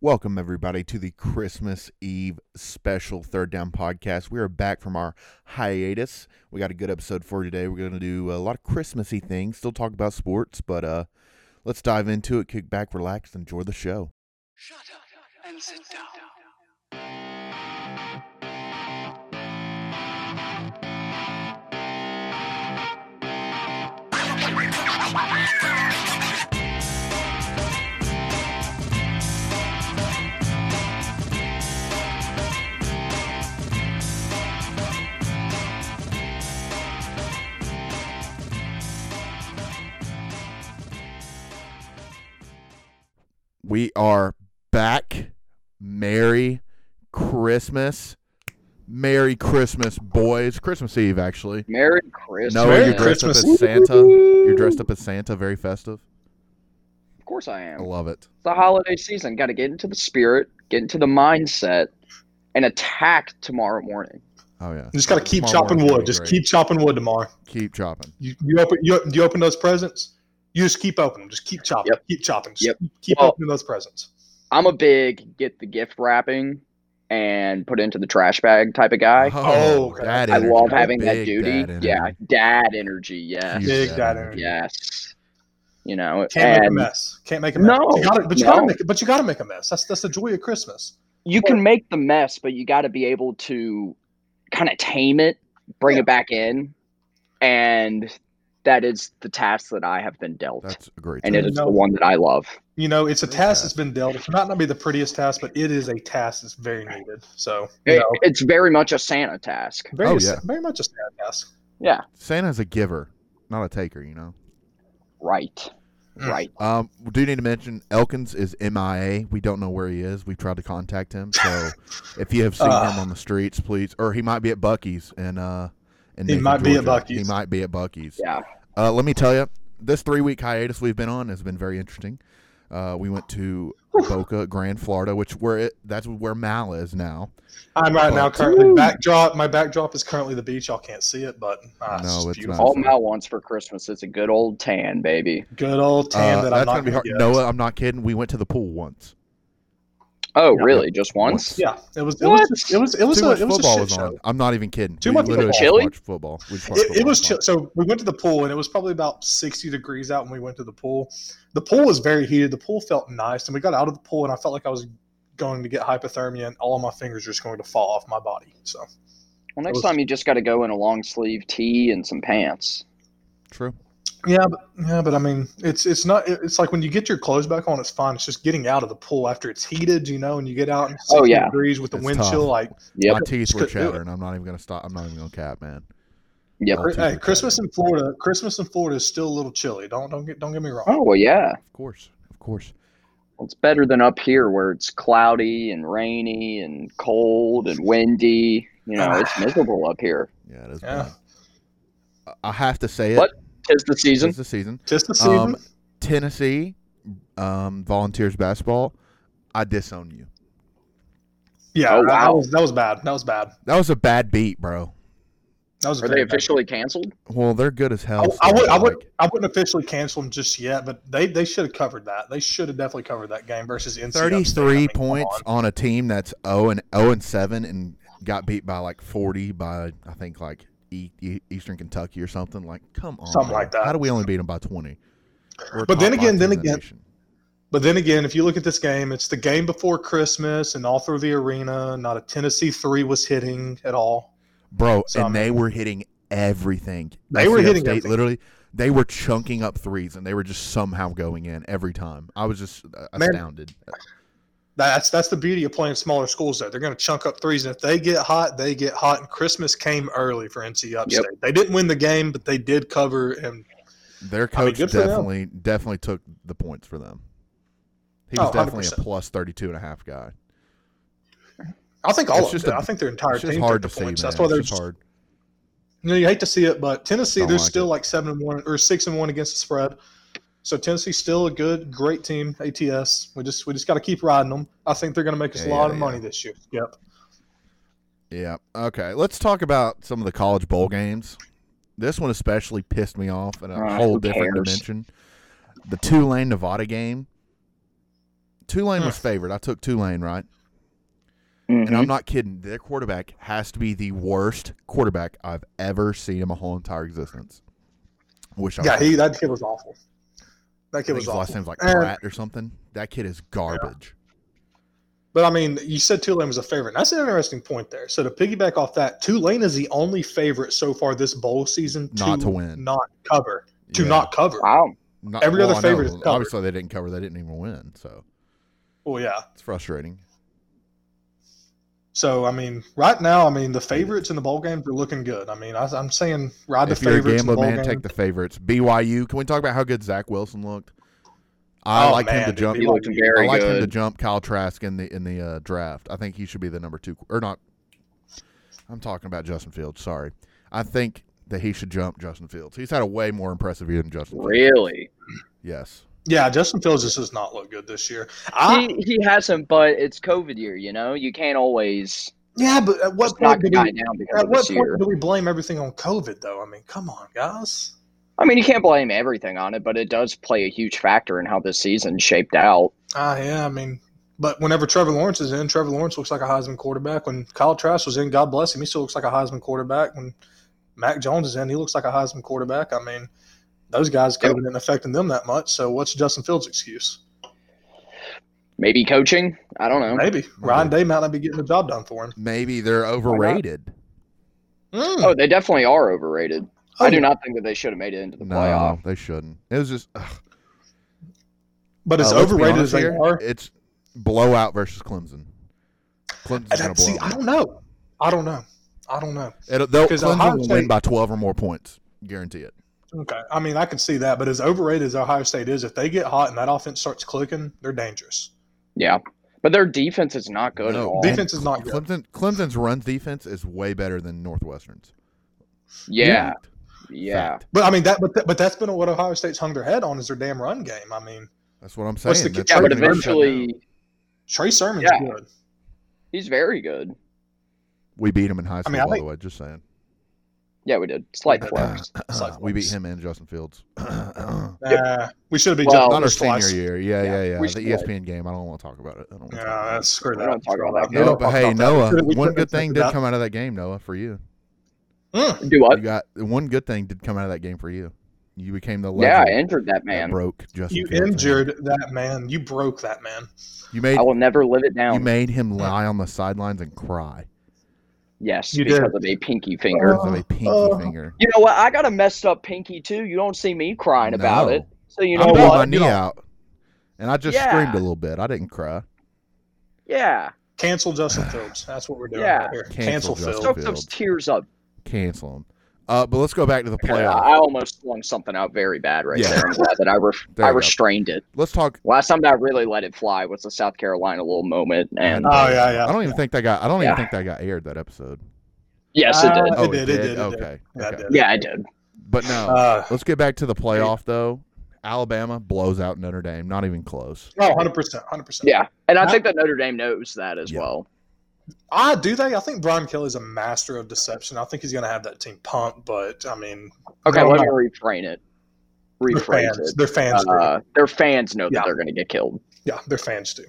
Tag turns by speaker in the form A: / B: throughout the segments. A: Welcome, everybody, to the Christmas Eve special third down podcast. We are back from our hiatus. We got a good episode for you today. We're going to do a lot of Christmassy things, still talk about sports, but uh, let's dive into it, kick back, relax, enjoy the show.
B: Shut up and sit down.
A: We are back. Merry Christmas. Merry Christmas, boys. Christmas Eve, actually.
C: Merry Christmas.
A: Noah,
D: Merry
A: you're dressed up as
D: Christmas.
A: Santa. You're dressed up as Santa, very festive.
C: Of course I
A: I
C: am.
A: love it.
C: It's the holiday season. Got to get into the spirit, get into the mindset, and attack tomorrow morning.
A: Oh, yeah.
D: You just gotta keep
A: Tomorrow
D: chopping
A: morning's gonna
D: wood.
A: be
D: Just
A: great.
D: keep chopping wood tomorrow.
A: Keep chopping.
D: You you open you, you open those presents. You just keep opening. them. Just keep chopping.
C: Yep.
D: Keep chopping. Just
C: Yep.
D: keep, keep
C: Well-
D: opening those presents.
C: I'm a big get the gift wrapping and put it into the trash bag type of guy.
D: Oh, okay.
A: dad
C: I
A: Uh-huh. energy.
C: love having that
A: Big
C: duty.
A: dad energy.
C: yeah, dad energy. Yes.
A: Huge
D: Big dad energy.
C: Yes. You know,
D: Can't make a
C: and
D: mess. Can't make a mess.
C: No,
D: You gotta- but you
C: no.
D: gotta make. But you gotta make a mess. That's that's the joy of Christmas.
C: you can make the mess, but you got to be able to kind of tame it, bring
D: Yeah.
C: it back in, and that is the task that I have been dealt.
A: That's a great.
C: and
A: time.
C: it
D: you
C: is
D: know-
C: the one that I love.
D: You know, it's a
A: Great task.
D: task that's been dealt. It might not be the prettiest task, but it is a task that's very needed. So you
C: It-
D: know,
C: it's very much a Santa task.
D: very
A: Oh, yeah.
D: very much a sad task.
A: Santa's a giver, not a taker. You know.
C: Right.
D: Mm.
C: Right.
A: Um, we do need to mention Elkins is MIA. We don't know where he is. We've tried to contact him, so if you have seen
D: Ugh.
A: him on the streets, please, or he might be at Bucky's and uh, in
D: He
A: Nathan,
D: might be at
A: Georgia.
D: Buc-ee's.
A: He might be at Bucky's.
C: Yeah.
A: Uh, let me tell you, this three week hiatus we've been on has been very interesting. Uh, we went to Boca Grand, Florida, which where it, that's where Mal is now.
D: I'm right now
A: But-
D: currently backdrop. My backdrop is currently the beach. Y'all can't see it, but ah,
A: No,
D: just
A: it's
D: beautiful.
C: All
A: Awesome.
C: Mal wants for Christmas is a good old tan, baby.
D: Good old tan
A: Uh,
D: that
A: that's
D: I'm not
A: gonna be hard.
D: get.
A: Noah, I'm not kidding. We went to the pool once.
C: Oh,
D: Yeah.
C: really? Just once?
D: Yeah, it was. It
C: What?
D: was. Just, it was. It was.
A: too
D: A,
A: much
D: it was a
A: football
D: shit
A: was
D: show.
A: on. I'm not even kidding.
D: Too
A: we
D: much
A: literally
C: football.
A: just watched football. We just watched
D: It, it
A: football.
D: was chill. So we went to the pool, and it was probably about sixty degrees out when we went to the pool. The pool was very heated. The pool felt nice, and we got out of the pool, and I felt like I was going to get hypothermia, and all of my fingers were just going to fall off my body. So
C: Well,
D: It
C: next
D: was-
C: time you just got to go in a long sleeve tee and some pants.
A: True.
D: yeah, but, yeah, but I mean, it's it's not. it- It's like when you get your clothes back on, it's fine. It's just getting out of the pool after it's heated, you know, and you get out and 60
C: Oh, yeah.
D: degrees with the
A: It's
D: wind
A: tough.
D: chill. Like
C: Yep.
A: My teeth
D: Just
A: were
D: couldn't do it.
A: chattering. I'm not even gonna stop. I'm not even gonna cap, man.
C: Yep.
A: My
D: Chri-
A: teeth were
D: hey, Christmas
A: chattering.
D: in Florida. Christmas in Florida is still a little chilly. Don't don't get don't get me wrong.
C: Oh, well, yeah.
A: Of course, of course.
C: Well, it's better than up here where it's cloudy and rainy and cold and windy. You know, it's miserable up here.
A: Yeah, it is.
D: Yeah.
A: bad. I- I have to say it.
C: But Tis the
A: It's
C: season.
A: the season.
D: Just the season.
A: Um, Tennessee um, Volunteers basketball. I disown you.
D: yeah,
C: oh,
D: that-
C: wow.
D: that was that was bad. That was bad.
A: That was a bad beat, bro.
D: That was
C: Are
D: very
C: they
D: bad.
C: officially canceled?
A: Well, they're good as hell.
D: I, I
A: so,
D: would I would
A: like,
D: I wouldn't officially cancel them just yet, but they they should have covered that. They should have definitely covered that game versus NC. Upstate. I
A: Thirty-three
D: mean, come
A: points
D: on.
A: on a team that's zero and zero and seven, and got beat by like forty by I think like E- E- Eastern Kentucky or something. Like, come on,
D: Something
A: bro.
D: like that.
A: How do we only beat them by twenty?
D: But then again- then again- But then again, if you look at this game, it's the game before Christmas, and all through the arena, not a Tennessee three was hitting at all.
A: bro,
D: So, I
A: and they were hitting everything.
D: They
A: SC
D: were hitting
A: Upstate,
D: everything.
A: literally. They were chunking up threes, and they were just somehow going in every time. I was just uh,
D: Man.
A: astounded.
D: That's that's the beauty of playing smaller schools. Though they're going to chunk up threes, and if they get hot, they get hot. And Christmas came early for NC Upstate. They didn't win the game, but they did cover. And
A: Their
D: I mean,
A: coach
D: good for them.
A: definitely definitely took the points for them. He
D: Oh,
A: was definitely a
D: 100%.
A: plus 32 and a half guy.
D: I think all
A: It's
D: of
A: just
D: them.
A: a-
D: did. I think their entire
A: It's just
D: team
A: hard to
D: took the
A: see, man.
D: points. That's why they're
A: It's just
D: just-
A: hard.
D: you know you hate to see it, but Tennessee
A: Don't
D: they're
A: like
D: still
A: it.
D: like seven and one or six and one against the spread. So Tennessee's still a good, great team. ATS. We just we just got to keep riding them. I think they're going to make us
A: Yeah,
D: a lot
A: yeah,
D: of money this year. Yep.
A: Yeah. Okay. Let's talk about some of the college bowl games. This one especially pissed me off in a
C: Ah,
A: whole
C: who
A: different
C: cares?
A: dimension. The Tulane Nevada game. Tulane
D: Hmm. Mm-hmm.
A: was favored. I took Tulane, right? And
C: Mm-hmm.
A: I'm not kidding. Their quarterback has to be the worst quarterback I've ever seen in my whole entire existence. Wish I
D: Yeah,
A: was-
D: he that kid was awful. That
A: I
D: kid
A: think
D: was
A: his last
D: awful.
A: name's like
D: And-
A: Pratt or something. That kid is garbage.
D: But I mean, you said Tulane was a favorite. And that's an interesting point there. So to piggyback off that, Tulane is the only favorite so far this bowl season
A: Not to win.
D: not cover, to
A: Yeah.
D: not cover.
C: Wow.
A: Not-
D: every other
A: I know.
D: favorite is covered.
A: Obviously, they didn't cover. They didn't even win. So
D: Well, Oh, yeah.
A: it's frustrating.
D: So I mean, right now, I mean, the favorites in the bowl games are looking good. I mean, I, I'm saying ride the
A: if you're a
D: favorites in
A: gambler,
D: the bowl
A: man,
D: game.
A: take the favorites. BYU. Can we talk about how good Zach Wilson looked? I
D: Oh,
A: like
D: man,
A: him to
D: dude,
A: jump.
C: He looked
A: I
C: very
A: like him to
C: good.
A: jump Kyle Trask in the in the uh, draft. I think he should be the number two or not. I'm talking about Justin Fields. Sorry, I think that he should jump Justin Fields. He's had a way more impressive year than Justin. Fields.
C: Really?
A: Yes.
D: yeah, Justin Fields just does not look good this year. I,
C: he, he hasn't, but it's COVID year, you know? You can't always
D: yeah, but at what
C: just knock
D: point
C: the
D: do
C: guy
D: we,
C: down because
D: at
C: of
D: what
C: this
D: point
C: year.
D: do we blame everything on COVID though? I mean, come on, guys.
C: I mean, you can't blame everything on it, but it does play a huge factor in how this season shaped out.
D: Ah, yeah. I mean, but whenever Trevor Lawrence is in, Trevor Lawrence looks like a Heisman quarterback. When Kyle Trask was in, God bless him, he still looks like a Heisman quarterback. When Mac Jones is in, he looks like a Heisman quarterback. I mean, those guys
C: Yep.
D: COVID didn't affecting them that much. So what's Justin Fields' excuse?
C: Maybe coaching? I don't know.
D: Maybe Ryan Day might not be getting the job done for him.
A: Maybe they're overrated.
D: Mm.
C: Oh, they definitely are overrated.
D: Oh,
C: I do not think that they should have made it into the
A: No,
C: playoff.
A: they shouldn't. It was just ugh.
D: But as
A: Uh, let's be
D: overrated
A: honest
D: as they
A: here,
D: are,
A: It's blowout versus Clemson. Clemson's
D: I-
A: gonna blow.
D: see, I don't know. I don't know. I don't know.
A: It'll, they'll,
D: 'Cause
A: Clemson
D: Ohio
A: will win
D: State-
A: by 12 or more points. Guarantee it.
D: Okay. I mean, I can see that. But as overrated as Ohio State is, if they get hot and that offense starts clicking, they're dangerous.
C: Yeah. But their defense is not good at
A: No.
C: all.
D: Defense is not good.
A: Clemson Clemson's run defense is way better than Northwestern's.
C: yeah.
A: Fact.
C: Yeah.
A: Fact.
D: But I mean that, but that, but that's been what Ohio State's hung their head on is their damn run game. I mean,
A: That's what I'm saying.
D: What's the-
A: That's
C: Yeah,
A: what
C: but
A: they're gonna shut down.
C: eventually
D: Trey Sermon's
C: Yeah.
D: good.
C: he's very good.
A: we beat him in high school.
D: mean, I
A: by
D: think-
A: the way, just saying,
C: Yeah, we did. Slight
D: Yeah.
C: flex.
D: Slight
A: we beat
D: flex.
A: him and Justin Fields.
D: Uh, we should have been
C: Well-
A: Not our
D: just
A: senior
D: last-
A: year. Yeah,
C: Oh, Yeah,
A: yeah, yeah.
C: we
A: The E
C: scored.
A: ESPN game. I don't want to talk about it. I don't want to
D: Yeah,
A: talk about it.
D: that's screw
C: We
D: that.
C: don't talk about that.
D: We
A: No,
D: don't
A: but
D: talk
A: hey,
D: about that. We
A: Noah,
D: should've- we
A: one
D: should've
A: good thing
D: talked
A: did
D: about-
A: come out of that game, Noah, for you.
D: Mm,
C: Do
A: You
C: what?
A: got one good thing did come out of that game for you. You became the
C: Yeah,
A: legend
C: I injured that
A: that
C: man.
A: broke Justin.
D: you
A: Fields' hand.
D: injured that man. You broke that man.
A: You made
C: I will never live it
A: you
C: down.
A: made him lie on the sidelines and cry
C: yes,
D: You
C: because
D: did.
C: of a pinky finger.
A: because of a pinky
D: Oh.
A: finger.
C: you know what? I got a messed up pinky too. You don't see me crying about
A: No.
C: it. So you
A: I
C: know
A: blew
C: what?
A: my knee out, and I just
C: Yeah.
A: screamed a little bit. I didn't cry.
C: Yeah.
D: Cancel Justin Fields. That's what we're doing.
C: Yeah.
D: right here.
A: Cancel
D: Cancel,
A: Justin
D: Fields.
C: Soak those tears up.
A: Cancel him. Uh, but let's go back to the
C: I
A: playoff.
C: I almost flung something out very bad right
A: Yeah.
C: there. I'm glad that I, re-
A: There
C: I
A: you go.
C: restrained it.
A: Let's talk.
C: Last time that I really let it fly was the South Carolina little moment, and
A: I
D: Oh yeah, yeah.
A: I don't even think that got. I don't
C: Yeah.
A: even think that got aired that episode.
C: yes, it did.
D: Uh,
A: Oh,
D: did, it did, it did.
A: okay.
D: Yeah,
A: okay.
D: it did.
C: Yeah, I did.
A: But no,
D: Uh,
A: let's get back to the playoff though. Alabama blows out Notre Dame. Not even close.
D: no, hundred percent, hundred percent.
C: Yeah, and I
D: That-
C: think that Notre Dame knows that as
A: Yeah.
C: well.
D: I do think I think Brian Kelly's a master of deception. I think he's going to have that team pumped, but I mean,
C: Okay,
D: No,
C: let
D: no.
C: me refrain it.
D: their
C: Rephrase
D: fans,
C: it.
D: their fans,
C: Uh, their fans know
D: Yeah.
C: that they're going to get killed.
D: do. Yeah, their fans do.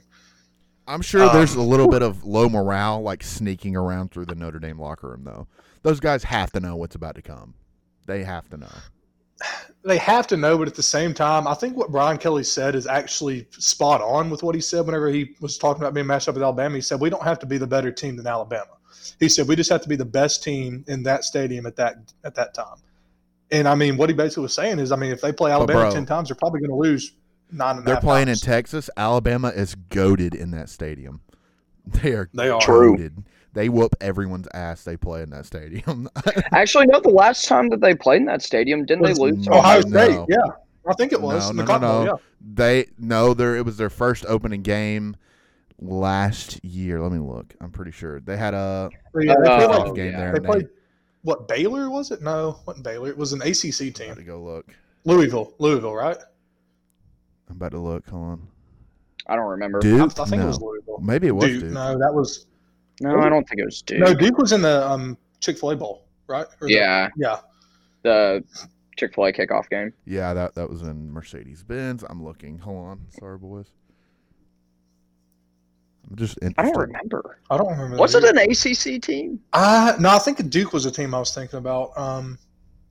A: I'm sure
D: Um,
A: there's a little bit of low morale, like sneaking around through the Notre Dame locker room though. Those guys have to know what's about to come. They have to know.
D: they have to know, but at the same time, I think what Brian Kelly said is actually spot on with what he said whenever he was talking about being matched up with Alabama. He said, We don't have to be the better team than Alabama. He said, We just have to be the best team in that stadium at that at that time. And I mean, what he basically was saying is, I mean, if they play Alabama
A: bro,
D: 10 times, they're probably going to lose nine and a
A: They're
D: half
A: playing
D: times.
A: in Texas. Alabama is goaded in that stadium. They are
D: They are.
C: True.
A: goaded. They whoop everyone's ass they play in that stadium.
C: Actually, no. The last time that they played in that stadium, didn't they lose? to
D: Ohio
A: No.
D: State, yeah. I think it was.
A: No,
D: in
A: no,
D: the
A: no,
D: Cotton Bowl,
A: no.
D: yeah.
A: they no, there it was their first opening game last year. Let me look. I'm pretty sure they had a
D: Or, yeah, they played,
C: Oh,
D: like,
A: playoff game
C: yeah.
A: there. and
D: they
A: They
D: played what, Baylor, was it? No, wasn't Baylor. It was an ACC
A: I'm about
D: team.
A: to go look.
D: Louisville. Louisville, right?
A: I'm about to look. Hold on.
C: I don't remember.
D: I, I
A: Duke.
D: think it
A: no.
D: was Louisville.
A: Maybe it was
D: Duke,
A: Duke.
D: No, that was
C: No, I don't think it was Duke.
D: no. Duke was in the um, Chick Fil A Bowl, right? Or the-
C: yeah,
D: yeah.
C: the Chick Fil A kickoff game.
A: Yeah, that that was in Mercedes Benz. I'm looking. Hold on. Sorry, boys. I'm just
C: I don't
A: interested.
C: remember.
D: I don't remember.
C: Was
D: that
C: it an
D: either.
C: ACC team?
D: Uh, no, I think Duke was a team I was thinking about. Um,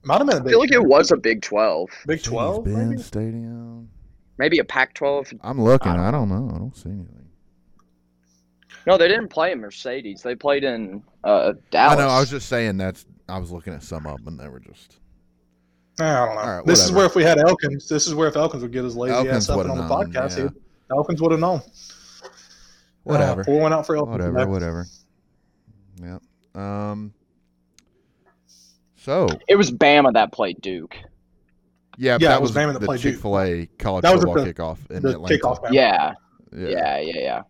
D: might have been a
C: I
D: Big,
C: feel like it was a Big 12,
D: Big
A: Jeez,
D: Twelve.
A: Ben
D: maybe?
A: Stadium.
C: maybe a Pac 12.
A: I'm looking.
C: I
A: I don't know. I don't see anything.
C: No, they didn't play in Mercedes. They played in uh, Dallas.
A: I know. I was just saying that's. I was looking at some of them, and they were just.
D: Yeah, I don't know.
A: All right,
D: this is
A: whatever.
D: where if we had Elkins, this is where if Elkins would get his lazy
A: Elkins
D: ass up and
A: would've
D: on the
A: known,
D: podcast,
A: yeah.
D: he'd- Elkins would have known.
A: Whatever.
D: Uh, Four went out for Elkins.
A: whatever.
D: today.
A: Whatever. Yep. Um. So
C: It was Bama that played Duke.
A: yeah,
D: Yeah,
A: that
D: it was Bama that
A: the
D: played Duke.
A: Chick Fil A college
D: That was at
A: football
D: the-
A: kickoff in
D: The
A: Atlanta.
D: kickoff man.
C: Yeah, yeah, yeah, yeah.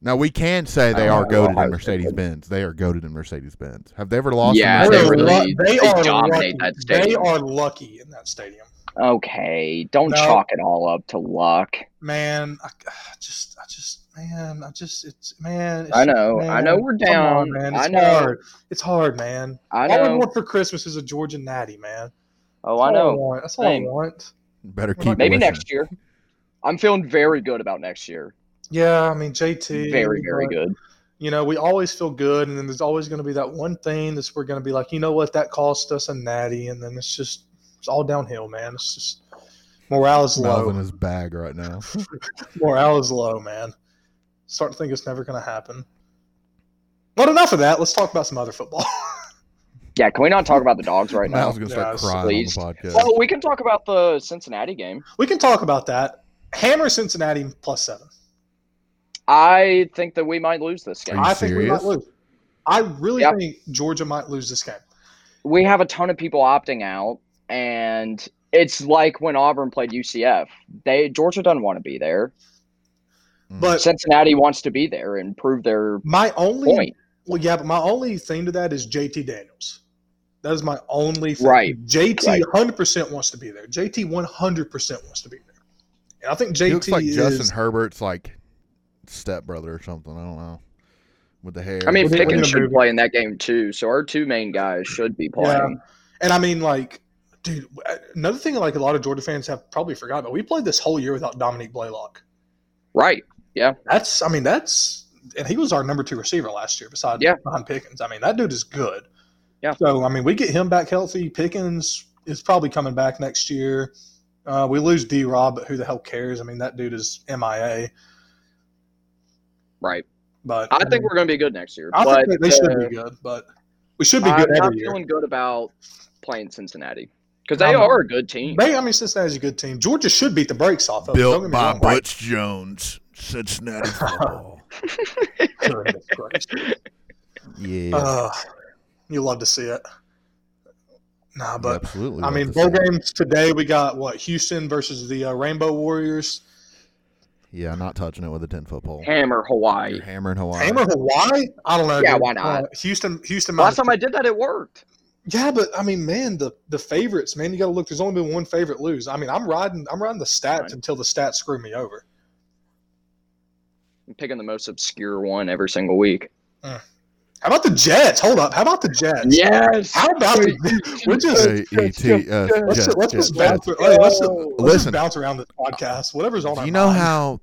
A: Now we can say they
C: I
A: are
C: don't know
A: goaded
C: how
A: in
C: it's been.
A: Mercedes Benz. They are goaded in Mercedes Benz. Have they ever lost?
C: Yeah,
A: in
D: They,
C: they
A: Mercedes-Benz?
C: really-
D: are lu- they,
C: they
D: are
C: dominate
D: lucky.
C: that
D: They
C: stadium.
D: are lucky in that stadium,
C: Okay, don't
D: No.
C: chalk it all up to luck.
D: man. I, I just, I just, man, I just, it's man. It's,
C: I know, I
D: man,
C: know we're
D: come on,
C: down.
D: man. It's
C: I know,
D: hard. It's hard, man.
C: I
D: All I
C: know.
D: want for Christmas is a Georgia Natty, man.
C: Oh,
D: That's
C: I
D: all
C: know.
D: want. That's all
C: Same.
D: I want.
A: Better keep.
D: Maybe
C: Maybe
A: wishing.
C: next year. I'm feeling very good about next year.
D: Yeah, I mean JT.
C: Very, very
D: but,
C: good.
D: You know, we always feel good, and then there's always going to be that one thing that's we're going to be like, you know what, that cost us a natty, and then it's just it's all downhill, man. It's just morale is low.
A: Mouthing his bag right now.
D: Morale is low, man. Start to think it's never going to happen. But enough of that. Let's talk about some other football.
C: Yeah, can we not talk about the dogs right now?
A: Mal's gonna start
D: Yeah,
A: crying
C: please.
A: on the podcast.
C: Well, we can talk about the Cincinnati game.
D: we can talk about that. Hammer Cincinnati plus seven.
C: I think that we might lose this
A: Are
C: game.
A: you
D: I think we might
A: serious?
D: lose. I really
C: Yep.
D: think Georgia might lose this game.
C: We have a ton of people opting out, and it's like when Auburn played UCF. They Georgia doesn't want to be there.
A: Mm.
D: But
C: Cincinnati wants to be there and prove their
D: my only
C: point.
D: Well, yeah, but my only thing to that is JT Daniels. That is my only thing.
C: Right,
D: JT
C: right.
D: 100% wants to be there. JT 100% wants to be there. And I think
A: he
D: JT
A: looks like
D: is
A: Justin Herbert's like stepbrother or something. I don't know. With the hair.
C: I mean,
D: We're gonna
C: Pickens should
D: move it.
C: play in that game too. So our two main guys should be playing.
D: and I mean like dude, uh, another thing like a lot of Georgia fans have probably forgotten, but we played this whole year without Dominique Blaylock.
C: Right.
D: That's I mean that's and he was our number 2 receiver last year besides
C: Yeah.
D: behind Pickens. I mean, that dude is good.
C: Yeah.
D: So, I mean, we get him back healthy. Pickens is probably coming back next year. Uh, we lose D Rob, but who the hell cares? I mean, that dude is MIA.
C: Right.
D: But
C: I think we're going to be good next year.
D: I
C: but uh,
D: think they, they should be good, but we should be good
C: I'm not
D: every year.
C: feeling good about playing Cincinnati because they
D: I'm-
C: are a good team.
D: They, I mean, Cincinnati's a good team. Georgia should beat the brakes off of. them, don't
A: built
D: get me
A: by
D: wrong.
A: Butch Jones, Cincinnati football.
D: Goodness gracious.
A: yeah,
D: Uh, you love to see it. Nah, but
A: absolutely.
D: I
A: love
D: mean,
A: to
D: bowl
A: see it.
D: games today. We got what Houston versus the uh, Rainbow Warriors.
A: Yeah, not touching it with a ten foot pole.
C: Hammer Hawaii.
A: You're hammering Hawaii.
D: Hammer Hawaii? I don't know.
C: Yeah,
D: dude.
C: why not?
D: Uh, Houston, Houston.
C: Last
D: Minus
C: time I did that, it worked.
D: yeah, but I mean, man, the the favorites, man. You got to look. There's only been one favorite lose. I mean, I'm riding. I'm riding the stats
C: Right.
D: until the stats screw me over.
C: I'm picking the most obscure one every single week.
D: How about the Jets? Hold up. How about the Jets?
C: Yes.
D: How about the? We're just.
A: J E T S.
D: uh, Let's,
A: Jets,
D: let's
A: Jets,
D: just bounce.
A: Jets.
D: hey, let's, just-
C: Yo.
D: let's just
A: Listen.
D: bounce around this podcast. Whatever's on.
A: Do
D: our
A: you know
D: mind.
A: how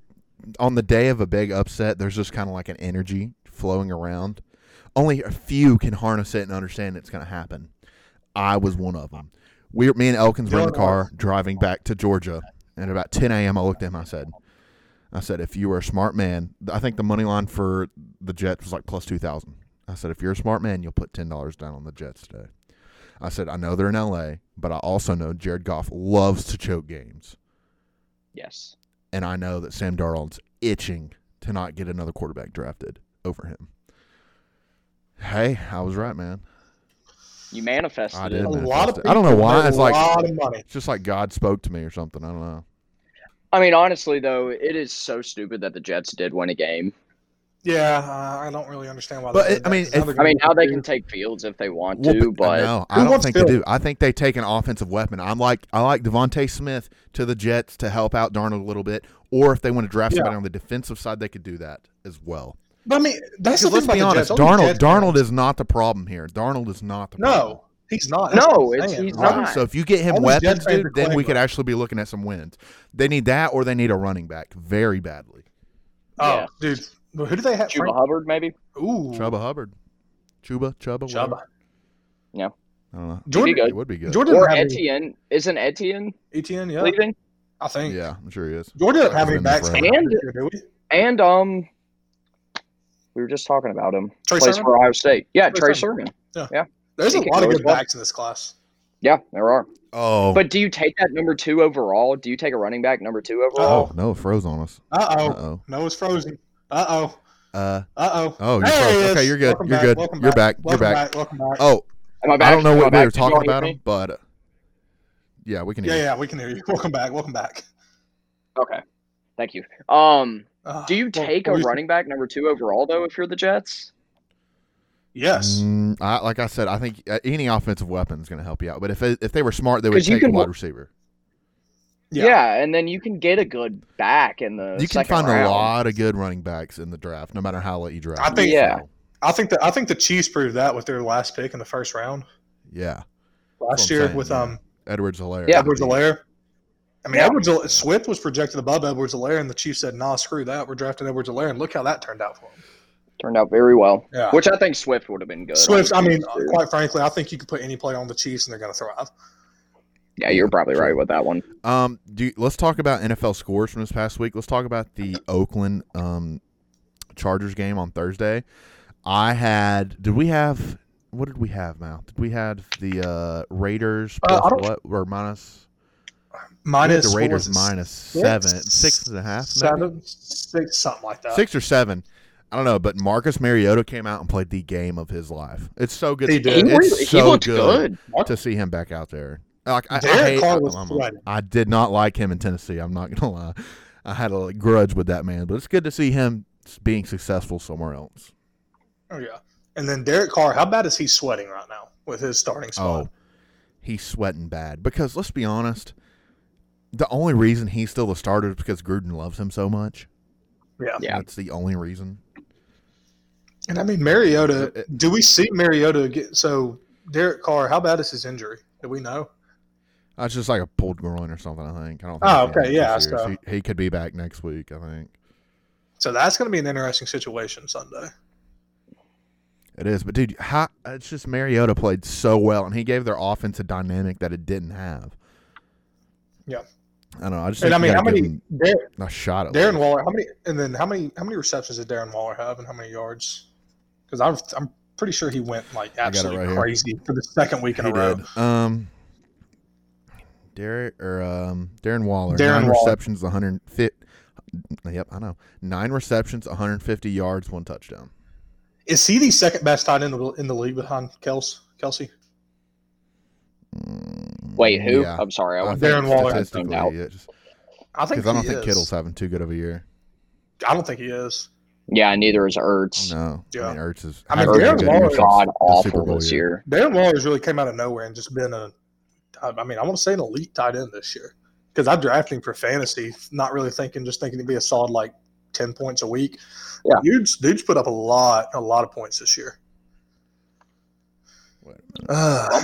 A: on the day of a big upset, there's just kind of like an energy flowing around. Only a few can harness it and understand it's going to happen. I was one of them. We, were- me and Elkins were in the
D: Dylan
A: car driving back to Georgia, and at about 10 a.m. I looked at him. I said, "I said if you were a smart man, I think the money line for the Jets was like plus 2,000. I said if you're a smart man, you'll put ten dollars down on the Jets today. I said I know they're in L.A., but I also know Jared Goff loves to choke games
C: Yes.
A: and I know that Sam Darnold's itching to not get another quarterback drafted over him. Hey, I was right, man.
C: You
A: I
C: manifested
A: did.
C: it.
D: A
A: man.
D: lot of.
A: I don't know
D: people
A: why,
D: made
A: it's
D: a
A: like-
D: lot of money.
A: It's just like God spoke to me or something. I don't know.
C: I mean, honestly, though, it is so stupid that the Jets did win a game.
D: Yeah, uh, I don't really understand why.
A: But
D: they
A: it-
D: did
A: I
D: that,
A: mean,
D: 'cause now
A: if-
D: they're
C: I mean,
D: gonna
C: now they
D: do-
C: can take fields if they want
A: Well,
C: to, but
A: no,
D: Who
A: I don't
D: wants
A: think they
D: Phil?
A: do. I think they take an offensive weapon. I'm like I like Devonte Smith to the Jets to help out Darnold a little bit, or if they want to draft
D: Yeah.
A: somebody on the defensive side, they could do that as well.
D: But I mean, that's the
A: Because
D: thing
A: let's
D: about
A: be
D: the
A: honest,
D: Jets. All these
A: Darnold
D: Jets
A: Darnold is not the problem here. Darnold is not the problem.
D: No, he's not. That's
C: No,
D: what I'm
C: it's-
D: saying.
C: he's
A: Right.
C: not.
A: So if you get him
D: All these
A: weapons,
D: Jets fans
A: dude,
D: are
A: then we
D: clamoring.
A: could actually be looking at some wins. They need that, or they need a running back very badly.
D: Oh,
C: Yeah.
D: dude, But who do they have?
C: Chuba
D: Frank-
C: Hubbard, maybe.
D: Ooh,
A: Chuba Hubbard. Chuba, Chuba,
D: Chuba.
A: whatever.
C: Yeah.
A: I don't know.
C: He'd be
D: Jordan,
C: good.
A: It would be good.
D: Jordan
C: Or
D: didn't have any,
C: Etienne. Isn't Etienne
D: Etienne, yeah,
C: leaving?
D: I think.
A: Yeah, I'm sure he is.
D: Jordan didn't have any
A: Been there
D: backs.
A: forever.
D: coming up
C: And-
D: this year, do we?
C: And um, we were just talking about him.
D: Trey
C: Plays
D: Sermon?
C: for Ohio State. Yeah,
D: Trey
C: Trey
D: Sermon.
C: Sermon.
D: There's a
C: He can
D: lot of
C: go
D: good
C: as well.
D: backs in this class.
C: Yeah, there are.
A: Oh.
C: But do you take that number two overall? Do you take a running back number two overall?
A: oh, no, it froze on us.
D: Uh
A: Uh
D: oh,
A: oh.
D: Noah's frozen. Uh oh,
A: Uh
D: uh oh.
A: oh. You're
D: There he
A: froze.
D: is.
A: Okay, you're good.
D: Welcome
A: you're
D: back,
A: good.
D: welcome
A: You're
D: back,
A: back. You're
D: Welcome
A: back.
D: back. Welcome back.
A: Oh,
C: Am I back?
A: I don't know
C: Am
A: what we
C: back?
A: were
C: Did y'all
A: talking
C: hear
A: about
C: me?
A: him, but uh, yeah, we can hear.
D: yeah,
A: you.
D: yeah, we can hear you. Welcome back. Welcome back.
C: Okay, thank you. Um,
D: Uh,
C: do you
D: well,
C: take
D: what
C: a
D: do you-
C: running back number two overall though if you're the Jets?
D: Yes.
A: Mm, I, like I said, I think uh, any offensive weapon is going to help you out. But if it, if they were smart, they would
C: 'Cause you
A: take a
C: can-
A: wide receiver.
D: Yeah.
C: and then you can get a good back in the
A: You can
C: second
A: find
C: round.
A: a lot of good running backs in the draft, no matter how late you draft.
D: I think-
C: Yeah.
A: So,
D: I think that I think the Chiefs proved that with their last pick in the first round
A: yeah.
D: last
A: I'm
D: year
A: saying,
D: with
A: yeah.
D: um
A: Edwards Hilaire.
C: Yeah.
D: Edwards Alaire. I mean,
C: Yeah.
D: Edwards Swift was projected above Edwards Alaire, and the Chiefs said, "Nah, screw that. We're drafting Edwards Alaire." And look how that turned out for him.
C: Turned out very well,
D: Yeah.
C: which I think Swift would have been good. on
D: Swift.
C: the
D: I mean,
C: Chiefs, too.
D: quite frankly, I think you could put any play on the Chiefs, and they're going to thrive.
C: yeah, you're probably
A: Sure.
C: right with that one.
A: Um, do you- let's talk about NFL scores from this past week. Let's talk about the Oakland um, Chargers game on Thursday. I had. Did we have? What did we have, Mal? Did we have the uh, Raiders
D: Uh, I
A: plus
D: don't-
A: what or minus? we had
D: Minus
A: the
D: what
A: Raiders
D: was it,
A: minus
D: six?
A: seven, six and a half, maybe?
D: seven, six, something like that.
A: six or seven. I don't know, but Marcus Mariota came out and played the game of his life. It's so good.
D: He did.
A: It's
C: he, really,
A: so
C: he looked
A: good,
C: good.
A: to see him back out there. Like, I, I
D: Derek
A: hate-
D: Carr was
A: I'm-
D: threatening.
A: I did not like him in Tennessee. I'm not gonna lie. I had a like, grudge with that man, but it's good to see him being successful somewhere else.
D: Oh yeah. And then Derek Carr, how bad is he sweating right now with his starting spot?
A: Oh, he's sweating bad because let's be honest. The only reason he's still the starter is because Gruden loves him so much.
D: Yeah.
C: Yeah.
A: That's the only reason.
D: And I mean Mariota. Do we see Mariota get so? Derek Carr, how bad is his injury? Do we know?
A: That's just like a pulled groin or something. I think. I don't. Think
D: Oh,
A: it's anything
D: okay, yeah,
A: serious.
D: so-
A: He, he could be back next week. I think
D: So that's going to be an interesting situation Sunday.
A: it is. But dude, how, it's just Mariota played so well, and he gave their offense a dynamic that it didn't have.
D: Yeah.
A: I don't know. I just.
D: And
A: think
D: I mean,
A: you
D: how
A: gotta give
D: many
A: him
D: Darren,
A: A shot at
D: Darren
A: least.
D: Waller? How many? And then how many? How many receptions did Darren Waller have, and how many yards? Because I'm I'm pretty sure he went like
A: got it
D: absolutely
A: right here.
D: crazy for the second week in
A: He
D: a row.
A: did. Um. Derek or um Darren Waller.
D: Darren
A: nine
D: Waller.
A: receptions, 150. Yep, I know. Nine receptions, 150 yards, one touchdown.
D: Is he the second best tight end in the, in the league behind Kels, Kelsey?
A: Mm,
C: Wait, who?
A: Yeah.
C: I'm sorry, I
A: I
C: went
A: think
D: Darren Waller.
A: statistically,
C: Out.
A: yeah, just-
D: I think
A: Because I don't
D: he
A: think
D: is.
A: Kittle's having too good of a year.
D: I don't think he is.
C: Yeah, neither is Ertz.
A: No,
D: Yeah.
A: I mean Ertz is.
D: I mean,
A: hasn't had a
D: Darren
A: good
D: Waller-
A: year
C: Ertz
A: since
C: god
A: the Super
C: awful
A: Bowl
C: this
A: year.
C: year.
D: Darren Waller's really came out of nowhere and just been a, I I mean, I want to say an elite tight end this year because I drafted him for fantasy, not really thinking, just thinking he'd be a solid like ten points a week.
C: Yeah.
D: dude's dude's put up a lot, a lot of points this year.
A: Wait a
D: Uh,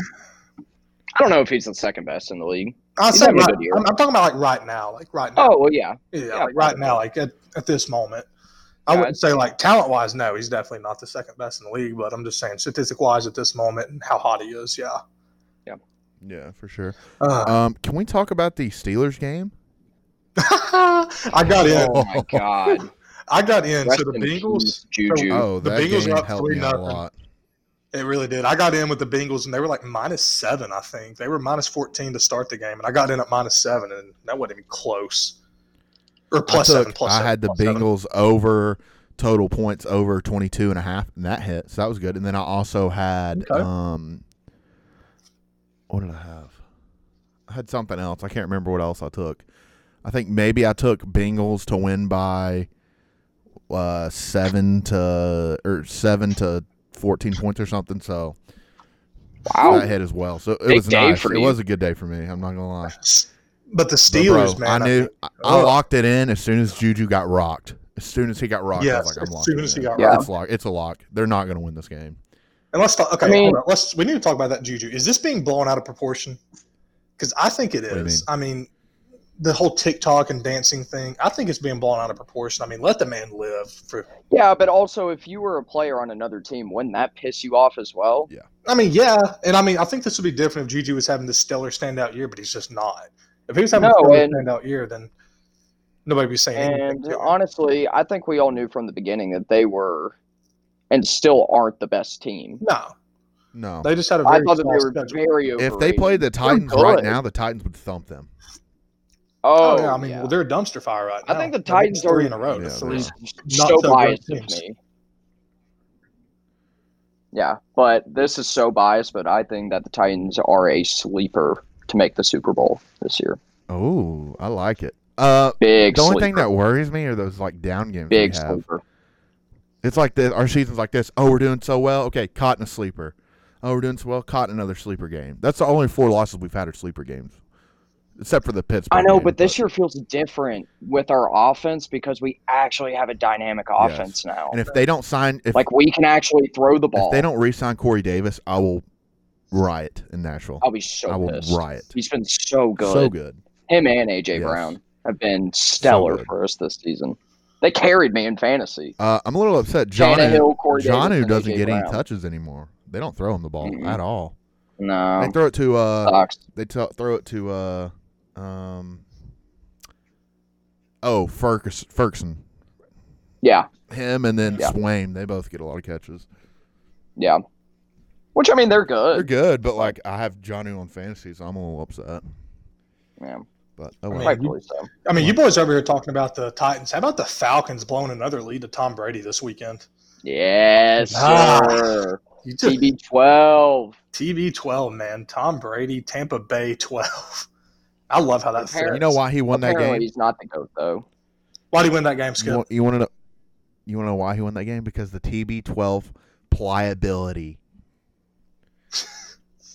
C: I don't know if he's the second best in the league.
D: I
C: He's
D: said
C: having a
D: right,
C: good year.
D: I'm, I'm talking about like right now, like right now,
C: Oh well, yeah,
D: yeah,
C: yeah,
D: like right
C: probably.
D: now, like at, at this moment. I
C: Yeah,
D: wouldn't say like talent wise, no, he's definitely not the second best in the league, but I'm just saying statistic wise at this moment and how hot he is, yeah.
A: Yeah, for sure.
D: Uh,
A: Um, can we talk about the Steelers game?
D: I got in.
C: Oh my god.
D: I got in.
C: Rest
D: So the
C: in
D: Bengals,
C: peace, Juju.
A: Oh,
D: The
A: that
D: Bengals
A: game
D: are up
A: helped me out a
D: 3-0.
A: lot.
D: it really did. I got in with the Bengals, and they were like minus seven, I think. They were minus fourteen to start the game, and I got in at minus seven, and that wasn't even close. Or plus
A: I took,
D: seven, plus
A: I
D: seven,
A: had the
D: plus seven.
A: Bengals over total points over 22 and a half, and that hit. So that was good. And then I also had
D: Okay.
A: um, what did I have? I had something else. I can't remember what else I took. I think maybe I took Bengals to win by uh, seven to or seven to 14 points or something. So
D: Oh.
C: Wow.
A: that hit as well. So it
C: Big
A: was
C: day
A: nice.
C: for
A: It
C: you.
A: was a good day for me. I'm not gonna lie.
D: But
A: But,
D: the Steelers,
A: bro,
D: man,
A: I knew I, I
D: Ugh.
A: locked it in as soon as Juju got rocked. As soon as he got rocked, I
D: Yes,
A: was like,
D: as
A: I'm locked.
D: soon as he got
C: Yeah. rocked.
A: It's, lock, it's a lock. They're not going to win this game.
D: and let's talk. Okay,
C: I mean-
D: hold on. let's. We need to talk about that Juju. Is this being blown out of proportion? Because I think it
A: do you
D: is. I mean, the whole TikTok and dancing thing, I think it's being blown out of proportion. I mean, let the man live. For
C: Yeah, but also if you were a player on another team, wouldn't that piss you off as well?
D: I mean, yeah, and I mean, I think this would be different if Gigi was having this stellar standout year, but he's just not. If he was having
C: No,
D: a stellar
C: and-
D: standout year, then nobody would be saying anything.
C: And
D: to him.
C: honestly, I think we all knew from the beginning that they were and still aren't the best team.
D: no,
A: No.
D: they just had a
C: I
D: very
C: thought that
D: small
C: they were
D: schedule.
C: very overrated.
A: If they played the Titans right
C: good.
A: now, the Titans would thump them.
C: oh,
D: yeah, I mean, well, they're a dumpster fire right now.
C: I think the
D: They've been
C: Titans
D: three
C: are-
D: in a row.
A: Yeah,
D: That's
A: they
D: the
A: are.
D: reason. Not
C: so
D: so
C: biased
D: good
C: of
D: teams.
C: me. Yeah, but this is so biased, but I think that the Titans are a sleeper to make the Super Bowl this year.
A: Oh, I like it. Uh,
C: Big
A: the only
C: sleeper.
A: thing that worries me are those like down games
C: big
A: we have.
C: sleeper.
A: It's like the, our season's like this. Oh, we're doing so well. Okay, caught in a sleeper. Oh, we're doing so well. Caught in another sleeper game. That's the only four losses we've had are sleeper games, except for the Pittsburgh.
C: I know,
A: game,
C: but this year feels different with our offense because we actually have a dynamic
A: Yes.
C: offense now.
A: And if they don't sign, if
C: like we can actually throw the ball.
A: if they don't re-sign Corey Davis, I will riot in Nashville.
C: I'll be so
A: I will
C: pissed.
A: riot.
C: He's been so good.
A: So good.
C: Him and AJ
A: Yes.
C: Brown have been stellar
A: good.
C: for us this season. They carried me in fantasy.
A: Uh, I'm a little upset. John
C: Tannehill, Corey Davis,
A: Johnu
C: and
A: doesn't
C: A.J.
A: get any
C: Brown.
A: touches anymore. They don't throw him the ball
C: Mhm.
A: at all.
C: No,
A: they throw it to uh,
C: sucks.
A: they t- throw it to uh, um, oh Fergus Ferguson,
C: Yeah,
A: him, and then
C: Yeah.
A: Swaim. They both get a lot of catches.
C: yeah. Which I mean, they're
A: They're
C: good.
A: good, but like I have Johnu on fantasy, so I'm a little upset.
C: Yeah,
A: But oh
D: I
A: well.
D: mean,
C: rightfully so.
D: I mean, you boys over here talking about the Titans. How about the Falcons blowing another lead to Tom Brady this weekend?
C: Yes,
D: Ah.
C: sir.
D: You just
C: TB twelve.
D: TB twelve, man. Tom Brady, Tampa Bay twelve. I love how that
C: Compare-
D: fits.
A: you know why he won that
C: Apparently,
A: game?
C: he's not the goat though.
D: Why do you win that game,
A: You
D: Skip?
A: want, you want to know? You want to know why he won that game? Because the TB12 pliability.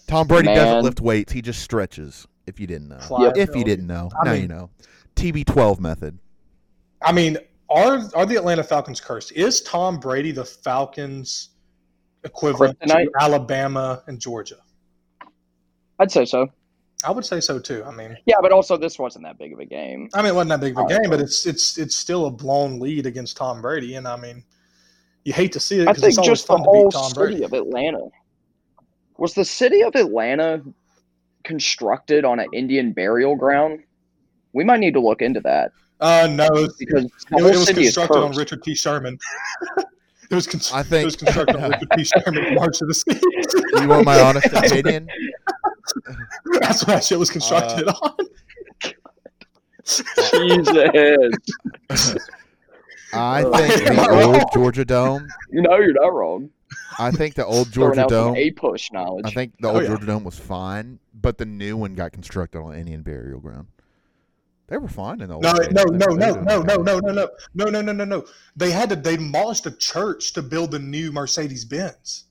A: Tom Brady doesn't
C: Man.
A: lift weights; he just stretches. If you didn't know,
D: Fly-
A: if you didn't know,
D: I
A: now
D: mean-
A: you know. TB12 method.
D: I mean, are are the Atlanta Falcons cursed? Is Tom Brady the Falcons equivalent
C: Kryptonite?
D: to Alabama and Georgia?
C: I'd say so.
D: I would say so too. I mean,
C: Yeah, but also this wasn't that big of a game.
D: I mean, it wasn't that big of a
C: Oh,
D: game, but
C: yeah.
D: it's it's it's still a blown lead against Tom Brady, and I mean, you hate to see it
C: I
D: because it's
C: think
D: always
C: just the
D: fun to beat
C: whole
D: Tom
C: city
D: Brady.
C: of Atlanta was the city of Atlanta constructed on an Indian burial ground. We might need to look into that
D: Uh, no, it,
C: because the
D: it
C: whole
D: was
C: city is
D: constructed on
C: cursed.
D: Richard T. Sherman. it was. Con-
A: I
D: it
A: think
D: was constructed on Richard T. Sherman, March of the Sea.
A: You want my honest opinion?
D: That's what that shit was
A: Uh,
D: constructed on.
C: Jesus,
A: I
C: Uh,
A: think
D: am I
A: the
D: wrong?
A: old Georgia Dome.
C: you know you're not wrong.
A: I think the old
C: Throwing
A: Georgia
C: out some
A: Dome.
C: A push knowledge.
A: I think the
D: Oh,
A: old
D: yeah.
A: Georgia Dome was fine, but the new one got constructed on Indian burial ground. They were fine in the old.
D: No,
A: days.
D: no,
A: They-
D: no,
A: they
D: no,
A: were
D: no, no,
A: doing
D: no, no, no, no, no, no, no, no. They had to. They demolished a church to build the new Mercedes Benz.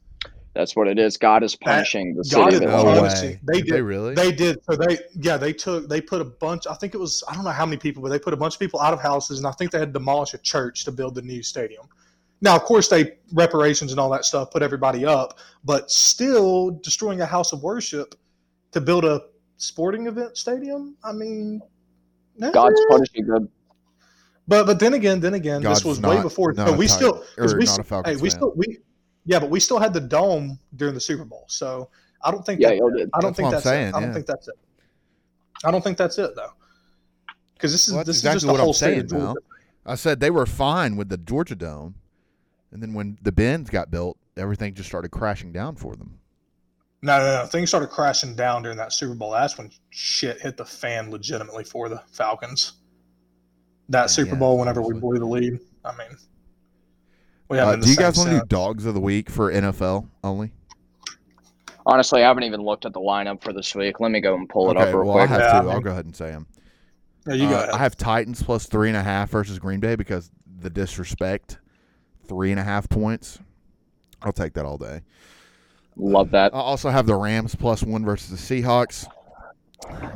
C: That's what it is. God is punishing the
D: God
C: city of
D: is
A: No
D: Oh,
C: Atlanta.
A: way.
D: honestly, they
A: Did they
D: did-
A: really?
D: They did. So they, yeah, they took, they put a bunch. I think it was, I don't know how many people, but they put a bunch of people out of houses, and I think they had demolished a church to build the new stadium. Now, of course, they reparations and all that stuff put everybody up, but still destroying a house of worship to build a sporting event stadium. I mean, no.
C: God's punishing the
D: But but then again, then again,
A: God's
D: this was
A: not-
D: way before.
A: not
D: so
A: a
D: we
A: Titan-
D: still, 'cause
A: or
D: we,
A: not a
D: still-
A: Falcons
D: hey, we
A: fan.
D: still we, yeah, but we still had the dome during the Super Bowl. So I don't think
C: yeah.
D: that,
C: y'all did.
D: I don't
A: That's
D: think
A: what I'm
D: that's
A: saying,
D: it. I don't
A: yeah.
D: think that's it. I don't think that's it though, because this is
A: Well, that's
D: this
A: exactly
D: is just
A: what
D: the whole
A: I'm
D: state
A: saying
D: of
A: now.
D: Georgia.
A: I said they were fine with the Georgia Dome, and then when the bins got built, everything just started crashing down for them.
D: No, no, no. Things started crashing down during that Super Bowl. That's when shit hit the fan legitimately for the Falcons. That Super
A: Yeah,
D: Bowl, whenever we
A: obviously.
D: blew the lead, I mean, we
A: Uh,
D: haven't.
A: do you guys want to do
D: do?
A: dogs of the week for NFL only?
C: Honestly, I haven't even looked at the lineup for this week. Let me go and pull it
A: okay,
C: up real
A: well I
C: quick.
A: have
D: Yeah, I
A: two. I'll
D: mean-
A: go ahead and say them.
D: Yeah, you go
A: Uh,
D: ahead.
A: I have Titans plus three and a half versus Green Bay because the disrespect, three and a half points. I'll take that all day.
C: Love that.
A: I also have the Rams plus one versus the Seahawks.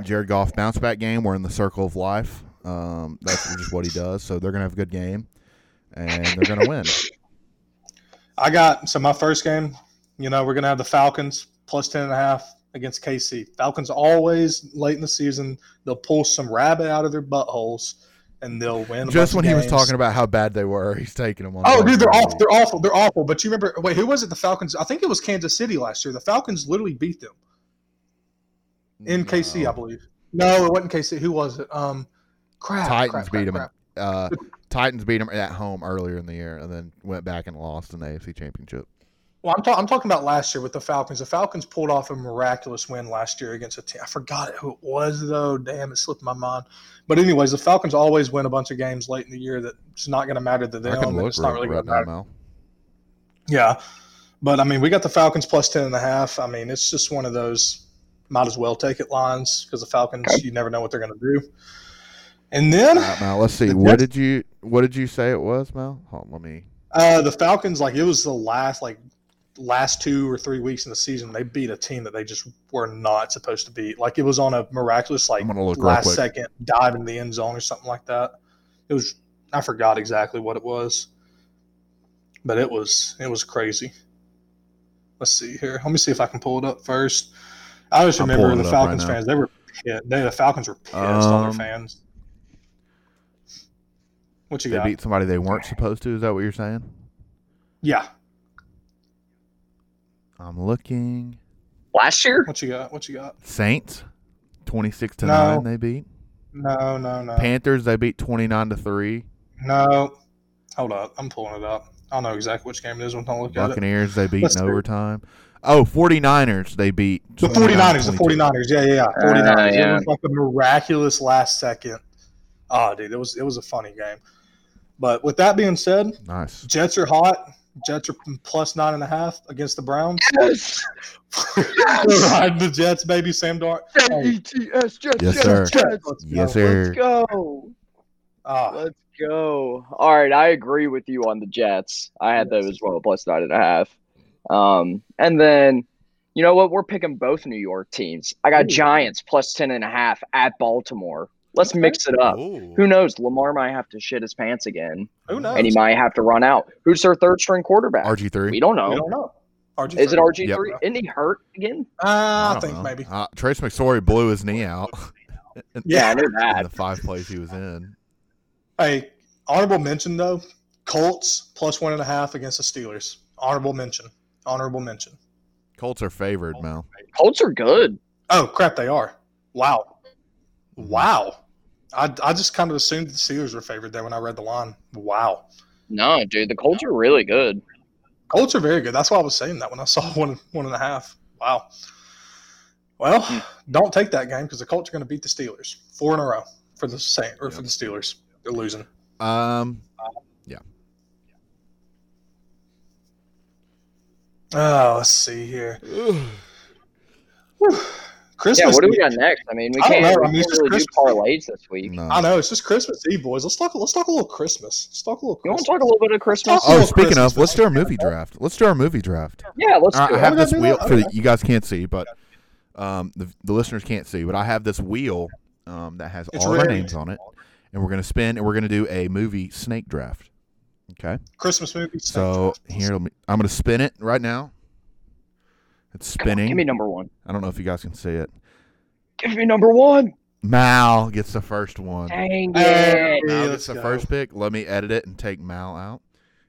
A: Jared Goff bounce back game. We're in the circle of life. Um, that's just what he does. So they're gonna have a good game, and they're gonna win.
D: I got so my first game, you know, we're gonna have the Falcons plus ten and a half against KC. Falcons always late in the season they'll pull some rabbit out of their buttholes and they'll win. a bunch
A: Just
D: of
A: when he was
D: games.
A: talking about how bad they were, he's taking them on.
D: Oh,
A: the
D: dude, they're
A: road.
D: awful. They're awful. They're awful. But you remember? Wait, who was it? The Falcons? I think it was Kansas City last year. The Falcons literally beat them
A: Mm,
D: in KC, I believe. No, it wasn't KC. Who was it? Um, crap.
A: Titans
D: crap, crap,
A: beat 'em.
D: crap.
A: Uh, Titans beat them at home earlier in the year, and then went back and lost in the AFC Championship.
D: Well, I'm, ta- I'm talking about last year with the Falcons. The Falcons pulled off a miraculous win last year against a team. I forgot who it was, though. Damn, it slipped my mind. But, anyways, the Falcons always win a bunch of games late in the year that it's not going to matter to them.
A: I can
D: and
A: look
D: it's not
A: real-
D: really
A: right
D: going to
A: now,
D: matter.
A: Mel.
D: Yeah. But, I mean, we got the Falcons plus 10.5. I mean, it's just one of those might as well take it lines because the Falcons,
C: Okay.
D: you never know what they're going to do. And then.
A: All right, Mel. Let's see.
D: The
A: What
D: next-
A: did you What did you say it was, Mel? Hold on, let me.
D: Uh, the Falcons, like it was the last, like last two or three weeks in the season, they beat a team that they just were not supposed to beat. Like it was on a miraculous, like
A: I'm gonna look real
D: last
A: quick.
D: second dive into the end zone or something like that. It was I forgot exactly what it was, but it was it was crazy. Let's see here. Let me see if I can pull it up first. I just
A: I'm
D: remember
A: pulling
D: the
A: it up right
D: Falcons
A: now.
D: fans. They were yeah, they, the Falcons were pissed on their
A: Um,
D: fans. What you
A: They
D: got?
A: beat somebody they weren't supposed to. Is that what you're saying?
D: yeah.
A: I'm looking.
C: Last year?
D: What you got? What you got?
A: Saints, twenty six to
D: No. Uh,
A: nine. They beat
D: No, no, no.
A: Panthers. They beat twenty nine to three.
D: no. Hold up. I'm pulling it up. I don't know exactly which game it is when I look at it.
A: Buccaneers. They beat
D: Let's
A: in
D: see.
A: overtime. Oh, 49ers. They beat
D: The 49ers, the
A: 29-22.
D: 49ers. Yeah, yeah, yeah. 49ers. It
C: Uh, yeah.
D: was like a miraculous last second. Oh, dude, it was it was a funny game. But with that being said,
A: Nice.
D: Jets are hot. Jets are plus nine and a half against the Browns.
C: Yes.
D: We're riding the Jets, baby. Sam Dart.
C: J-E-T-S, Jets,
A: Yes,
C: Jets,
A: sir.
C: Jets.
D: Let's go.
A: Yes, sir.
C: Let's go.
D: Ah,
C: Let's go. All right, I agree with you on the Jets. I had those as well, plus nine and a half. Um, and then, you know what? We're picking both New York teams. I got
D: Ooh.
C: Giants plus ten and a half at Baltimore. Let's
D: Okay.
C: mix it up. Who
A: Ooh.
C: knows? Lamar might have to shit his pants again,
D: who knows?
C: and he might have to run out. Who's their third string quarterback?
A: RG
C: We
A: three.
C: don't
D: We
C: know.
D: don't know. RG
C: Is it RG three?
D: Yep.
C: Isn't he hurt again?
D: Uh, I, think maybe.
A: Uh, Trace McSorley blew his knee out
C: Yeah, I knew
A: in
C: that.
A: the five plays he was in.
D: Hey, honorable mention though, Colts plus one and a half against the Steelers. Honorable mention. Honorable mention.
A: Colts are favored, Mel.
C: Colts are good.
D: Oh crap, they are. Wow. Wow. I, I just kind of assumed the Steelers were favored there when I read the line. Wow.
C: No, dude, the Colts are really good.
D: Colts are very good. That's why I was saying that when I saw one one and a half. Wow. Well,
C: Hmm.
D: don't take that game because the Colts are going to beat the Steelers four in a row for the Saint or for
A: Yep.
D: the Steelers. They're losing.
A: Um,
D: Oh, let's see here. Whew.
C: Yeah,
D: Christmas.
C: what do we
D: Eve.
C: got next? I mean, we
D: I don't
C: can't,
D: know.
C: we
D: I mean, it's
C: can't really do
D: just
C: parlays this week.
A: no.
D: I know it's just Christmas Eve, boys. Let's talk. Let's talk a little Christmas. Let's talk a little.
C: You want
D: Christmas.
C: to talk a little bit of Christmas?
D: Oh,
A: Oh, speaking
D: Christmas.
A: of, let's do our movie draft. Let's do our movie draft.
C: Yeah, let's
A: I
C: do
A: I
C: it.
A: have
D: We're
A: this
D: gonna do
A: wheel
D: that?
A: for the, you guys can't see, but um, the, the listeners can't see, but I have this wheel um, that has
D: It's
A: all of our
D: rigged.
A: names on it, and we're gonna spin and we're gonna do a movie snake draft. Okay,
D: Christmas movies.
A: so here let me- I'm gonna spin it right now. It's
C: Come on, give me
A: spinning.
C: number one.
A: I don't know if you guys can see it.
C: Give me number one.
A: Mal gets the first one.
C: Dang
D: Hey.
C: it.
A: Mal
D: Yeah,
A: gets
D: let's
A: the
D: go.
A: first pick. Let me edit it and take Mal out.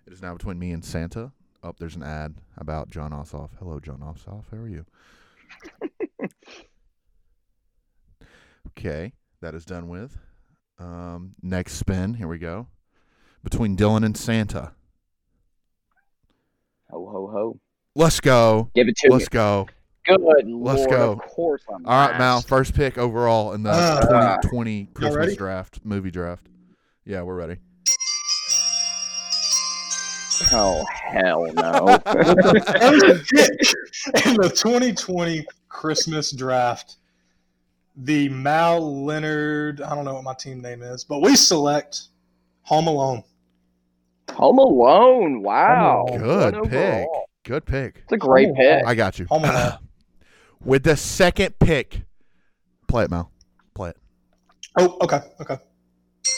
A: It is now between me and Santa. Oh, there's an ad about John Ossoff. Hello, John Ossoff. How are you? okay, that is done with. Um, next spin. Here we go. Between Dylan and Santa.
C: Ho, ho, ho.
A: Let's go.
C: Give it to
A: Let's go.
C: me. Good
A: let's
C: Lord,
A: go.
C: Of course I'm
A: All right, Mal.
C: last.
A: First pick overall in the
D: Ah.
A: 2020 Christmas
D: ready?
A: draft, movie draft. Yeah, we're ready.
C: Oh, hell no.
D: in the 2020 Christmas draft, the Mal Leonard. I don't know what my team name is, but we select Home Alone.
C: Home Alone. Wow.
D: Home
A: Good
C: One
A: pick.
C: overall.
A: Good pick.
C: It's a great
D: Home
C: pick.
D: Alone.
A: I got you.
D: Home Alone.
A: With the second pick, play it, Mal. Play it.
D: oh, okay, okay.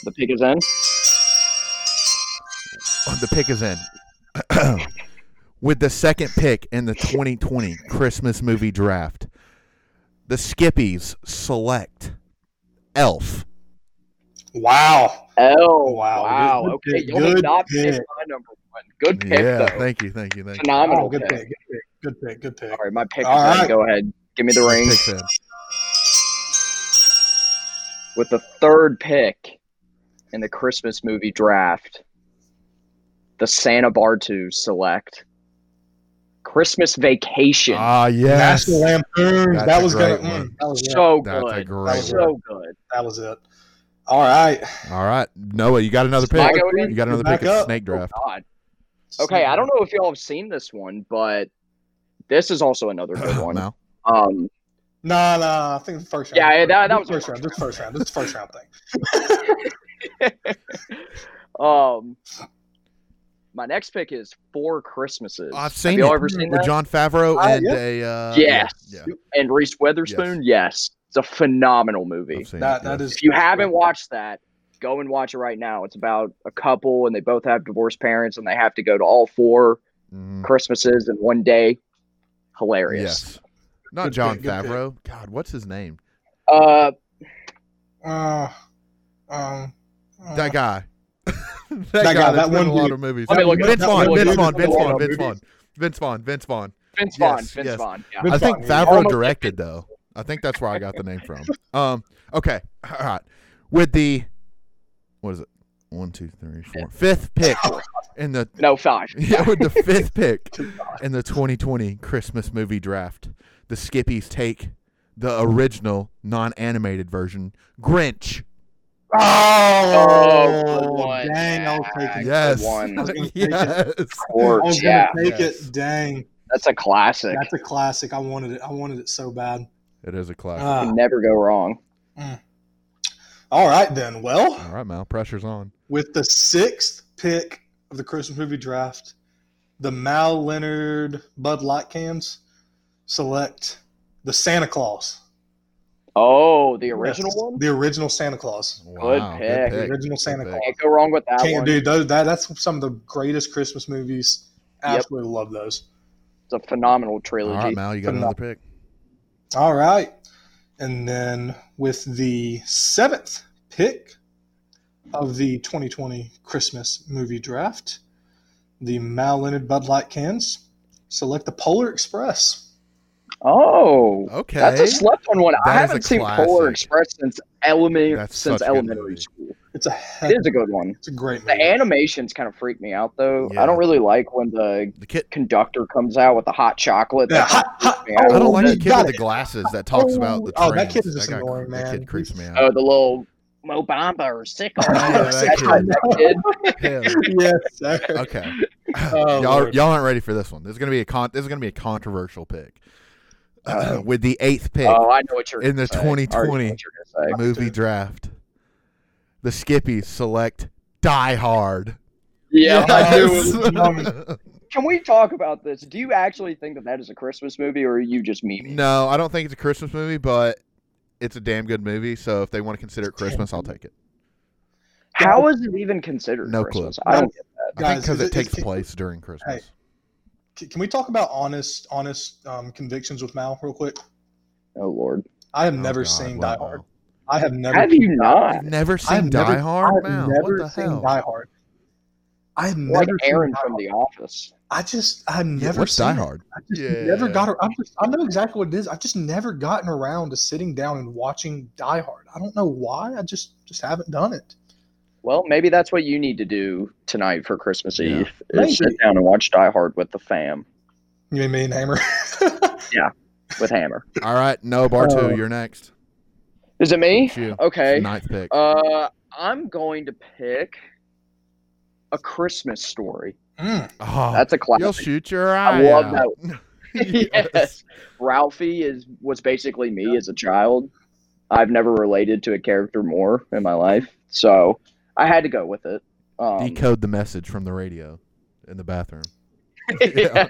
C: The pick is in.
A: Oh, The pick is in. With the second pick in the 2020 Christmas movie draft, The Skippies select Elf.
D: Wow.
C: Oh
D: Wow,
C: wow!
D: good-
C: Okay,
D: good-
C: you did
D: good
C: not pick
D: pick.
C: my number one. Good pick
A: yeah,
C: though.
A: thank you, thank you, thank you.
C: Phenomenal.
D: Oh, good
C: pick.
D: pick. Good pick. Good pick. Good pick.
C: All right, my pick.
D: All
C: is done.
D: right.
C: Go ahead. Give me the ring
A: Pick them.
C: with the third pick in the Christmas movie draft. The Santa Bartu select Christmas Vacation.
A: Ah, yes.
D: National Lampoon.
A: That's
D: that
A: a
D: was gonna.
A: great one.
D: mm, that was it.
C: so
A: That's a
C: good.
A: great
D: one.
C: So good.
D: that was it. All right.
A: All right, Noah, you got another
C: Am I
A: pick.
C: going in?
A: You got another
D: Back
A: pick at
D: up.
A: Snake Draft.
C: Oh, God. Okay, I don't know if y'all have seen this one, but this is also another good one.
A: Mal.
C: Um,
D: Nah, nah. I think the first round.
C: Yeah, yeah, that- that
D: This
C: was
D: first round. This first round. This first round thing.
C: Um, my next pick is Four Christmases.
A: I've seen
C: Have y'all
A: it
C: ever seen
A: with
C: that? Ah,
A: John Favreau
D: Uh,
A: and
D: yeah.
A: a uh,
C: Yes.
A: yeah,
C: and Reese Witherspoon. Yes. it's a phenomenal movie.
A: I've seen
D: That
A: it,
D: that is.
C: If you haven't watched that, go and watch it right now. It's about a couple, and they both have divorced parents, and they have to go to all four
A: Mhm.
C: Christmases in one day. Hilarious.
A: Yes. Not
D: Good
A: John
D: pick, good pick.
A: Favreau. God, what's his name?
C: Uh,
D: Uh, um. uh,
A: That guy. that, guy.
D: guy, that
A: That's been in
D: one
A: a lot
D: dude.
A: of movies.
C: Let me look it up.
A: Vince
C: That
A: Vaughn.
C: one
A: Vince
C: dude.
A: Vaughn. Vince
C: That one
A: Vaughn.
D: dude.
A: Vince Vaughn. Vince Vaughn. Vince Vaughn.
C: Vince Vaughn.
A: Yes,
C: Vince
A: yes.
C: Vaughn. Yeah.
D: Vince
A: I think
D: Vaughn, yeah.
A: Favreau
C: Almost-
A: directed though. I think that's where I got the name from. Um. Okay. All right. With the what is it? One, two, three, four. Fifth pick in the
C: No, five.
A: yeah with the fifth pick in the 2020 Christmas movie draft. The Skippies take the original non-animated version Grinch.
D: Oh,
C: Oh, good one,
D: dang! I was taking.
C: Max.
A: Yes.
D: it.
C: one.
D: I was gonna take it.
A: Yes.
C: Of
D: I was
C: course.
D: gonna
C: Yeah.
D: take
A: Yes.
D: it. Dang.
C: That's a classic.
D: That's a classic. I wanted it. I wanted it so bad.
A: It is a classic.
D: Uh,
C: Can never go wrong.
D: all right then. Well,
A: All right, Mal. Pressure's on.
D: with the sixth pick of the Christmas movie draft, the Mal Leonard Bud Light cans select the Santa Claus.
C: Oh, the original
D: Yes,
C: one?
D: The original Santa Claus.
C: pick.
D: The original Santa
A: pick.
D: Claus.
C: Can't go wrong with that
D: Can't,
C: one.
D: dude, those, that, that's some of the greatest Christmas movies.
C: Yep.
D: Absolutely love those.
C: It's a phenomenal
A: All
C: trilogy.
A: right, Mal. You got
D: Phenomenal.
A: another pick.
D: All right. And then with the seventh pick of the 2020 Christmas movie draft, the Mal Leonard Bud Light cans select the Polar Express.
C: Oh,
A: Okay.
C: that's a slept on one. I
A: That is a
C: haven't seen
A: classic.
C: Polar Express since elementary
A: That's
C: since
A: such a good
C: elementary
A: movie.
C: school.
D: It's a
C: It
D: heck,
C: is a good one.
D: it's a great
C: The
D: movie.
C: animations kind of freak me out though.
A: Yeah.
C: I don't really like when the
A: the kid.
C: conductor comes out with the hot chocolate.
D: Yeah,
C: That
D: hot, hot,
C: freaks me out
A: I don't
C: a
A: like
C: little
A: the
D: Oh, you
C: bit.
A: kid
D: got
A: with the
D: it.
A: glasses that talks about the
D: Oh,
A: trains.
D: that kid is just
A: guy-
D: annoying,
A: that
D: man.
A: kid creeps me
C: Oh,
A: out.
C: the little Mobamba or sickle.
A: Yeah, that
C: That's
A: kid.
C: that kid.
A: Yeah.
D: yes, sir.
A: Okay.
D: Oh,
A: y'all,
D: Lord.
A: y'all aren't ready for this one. This is gonna be a con- This is gonna be a controversial pick.
C: Uh,
A: with the eighth pick
C: Oh, I know what you're
A: in the
C: gonna say. I already know
A: 2020
C: what you're gonna say.
A: movie draft, the Skippies select Die Hard.
C: Yeah, I
D: knew
C: do.
D: Yes. it was coming.
C: Can we talk about this? Do you actually think that that is a Christmas movie, or are you just memeing?
A: No, I don't think it's a Christmas movie, but it's a damn good movie. So if they want to consider it Christmas, I'll take it.
C: How is it even considered
A: No
C: Christmas?
A: clue.
C: I don't. Get
A: I think
D: Guys,
A: because
D: is
A: it,
D: it- is
A: takes
D: it-
A: place during Christmas.
D: Can can we talk about honest, honest um, convictions with Mal real quick?
C: Oh Lord,
D: I have
A: Oh,
D: never
A: God,
D: seen
A: wow,
D: Die Hard.
A: wow.
D: I have never.
C: have you not?
A: You've never
D: I have
A: seen
D: never-
A: Die Hard,
D: I
A: man.
D: have
A: What
D: never
A: the
D: seen
A: hell?
D: Die Hard. I have never
C: Like
D: seen
C: Aaron
D: Die
C: from
D: Hard.
C: The Office.
D: I just I've never
A: What's
D: seen
A: Die
D: it.
A: Hard?
D: I just
A: Yeah.
D: never got. ar- I just I know exactly what it is. I've just never gotten around to sitting down and watching Die Hard. I don't know why. I just just haven't done it.
C: Well, maybe that's what you need to do tonight for Christmas
A: Yeah.
C: Eve. Is sit
D: Maybe.
C: down and watch Die Hard with the fam,
D: You mean me and Hammer?
C: with Hammer.
A: All right, no Bartu,
D: Uh,
A: you're next.
C: Is it me?
A: It's you.
C: Okay.
A: Ninth pick.
C: Uh, I'm going to pick a Christmas story.
D: Mm.
A: Oh,
C: That's a
A: you'll
C: classic.
A: shoot your eye
C: I love
A: out.
C: that
A: Yes.
C: yes. Ralphie is was basically me as a child. I've never related to a character more in my life, so I had to go with it. Um,
A: Decode the message from the radio in the bathroom.
C: yeah.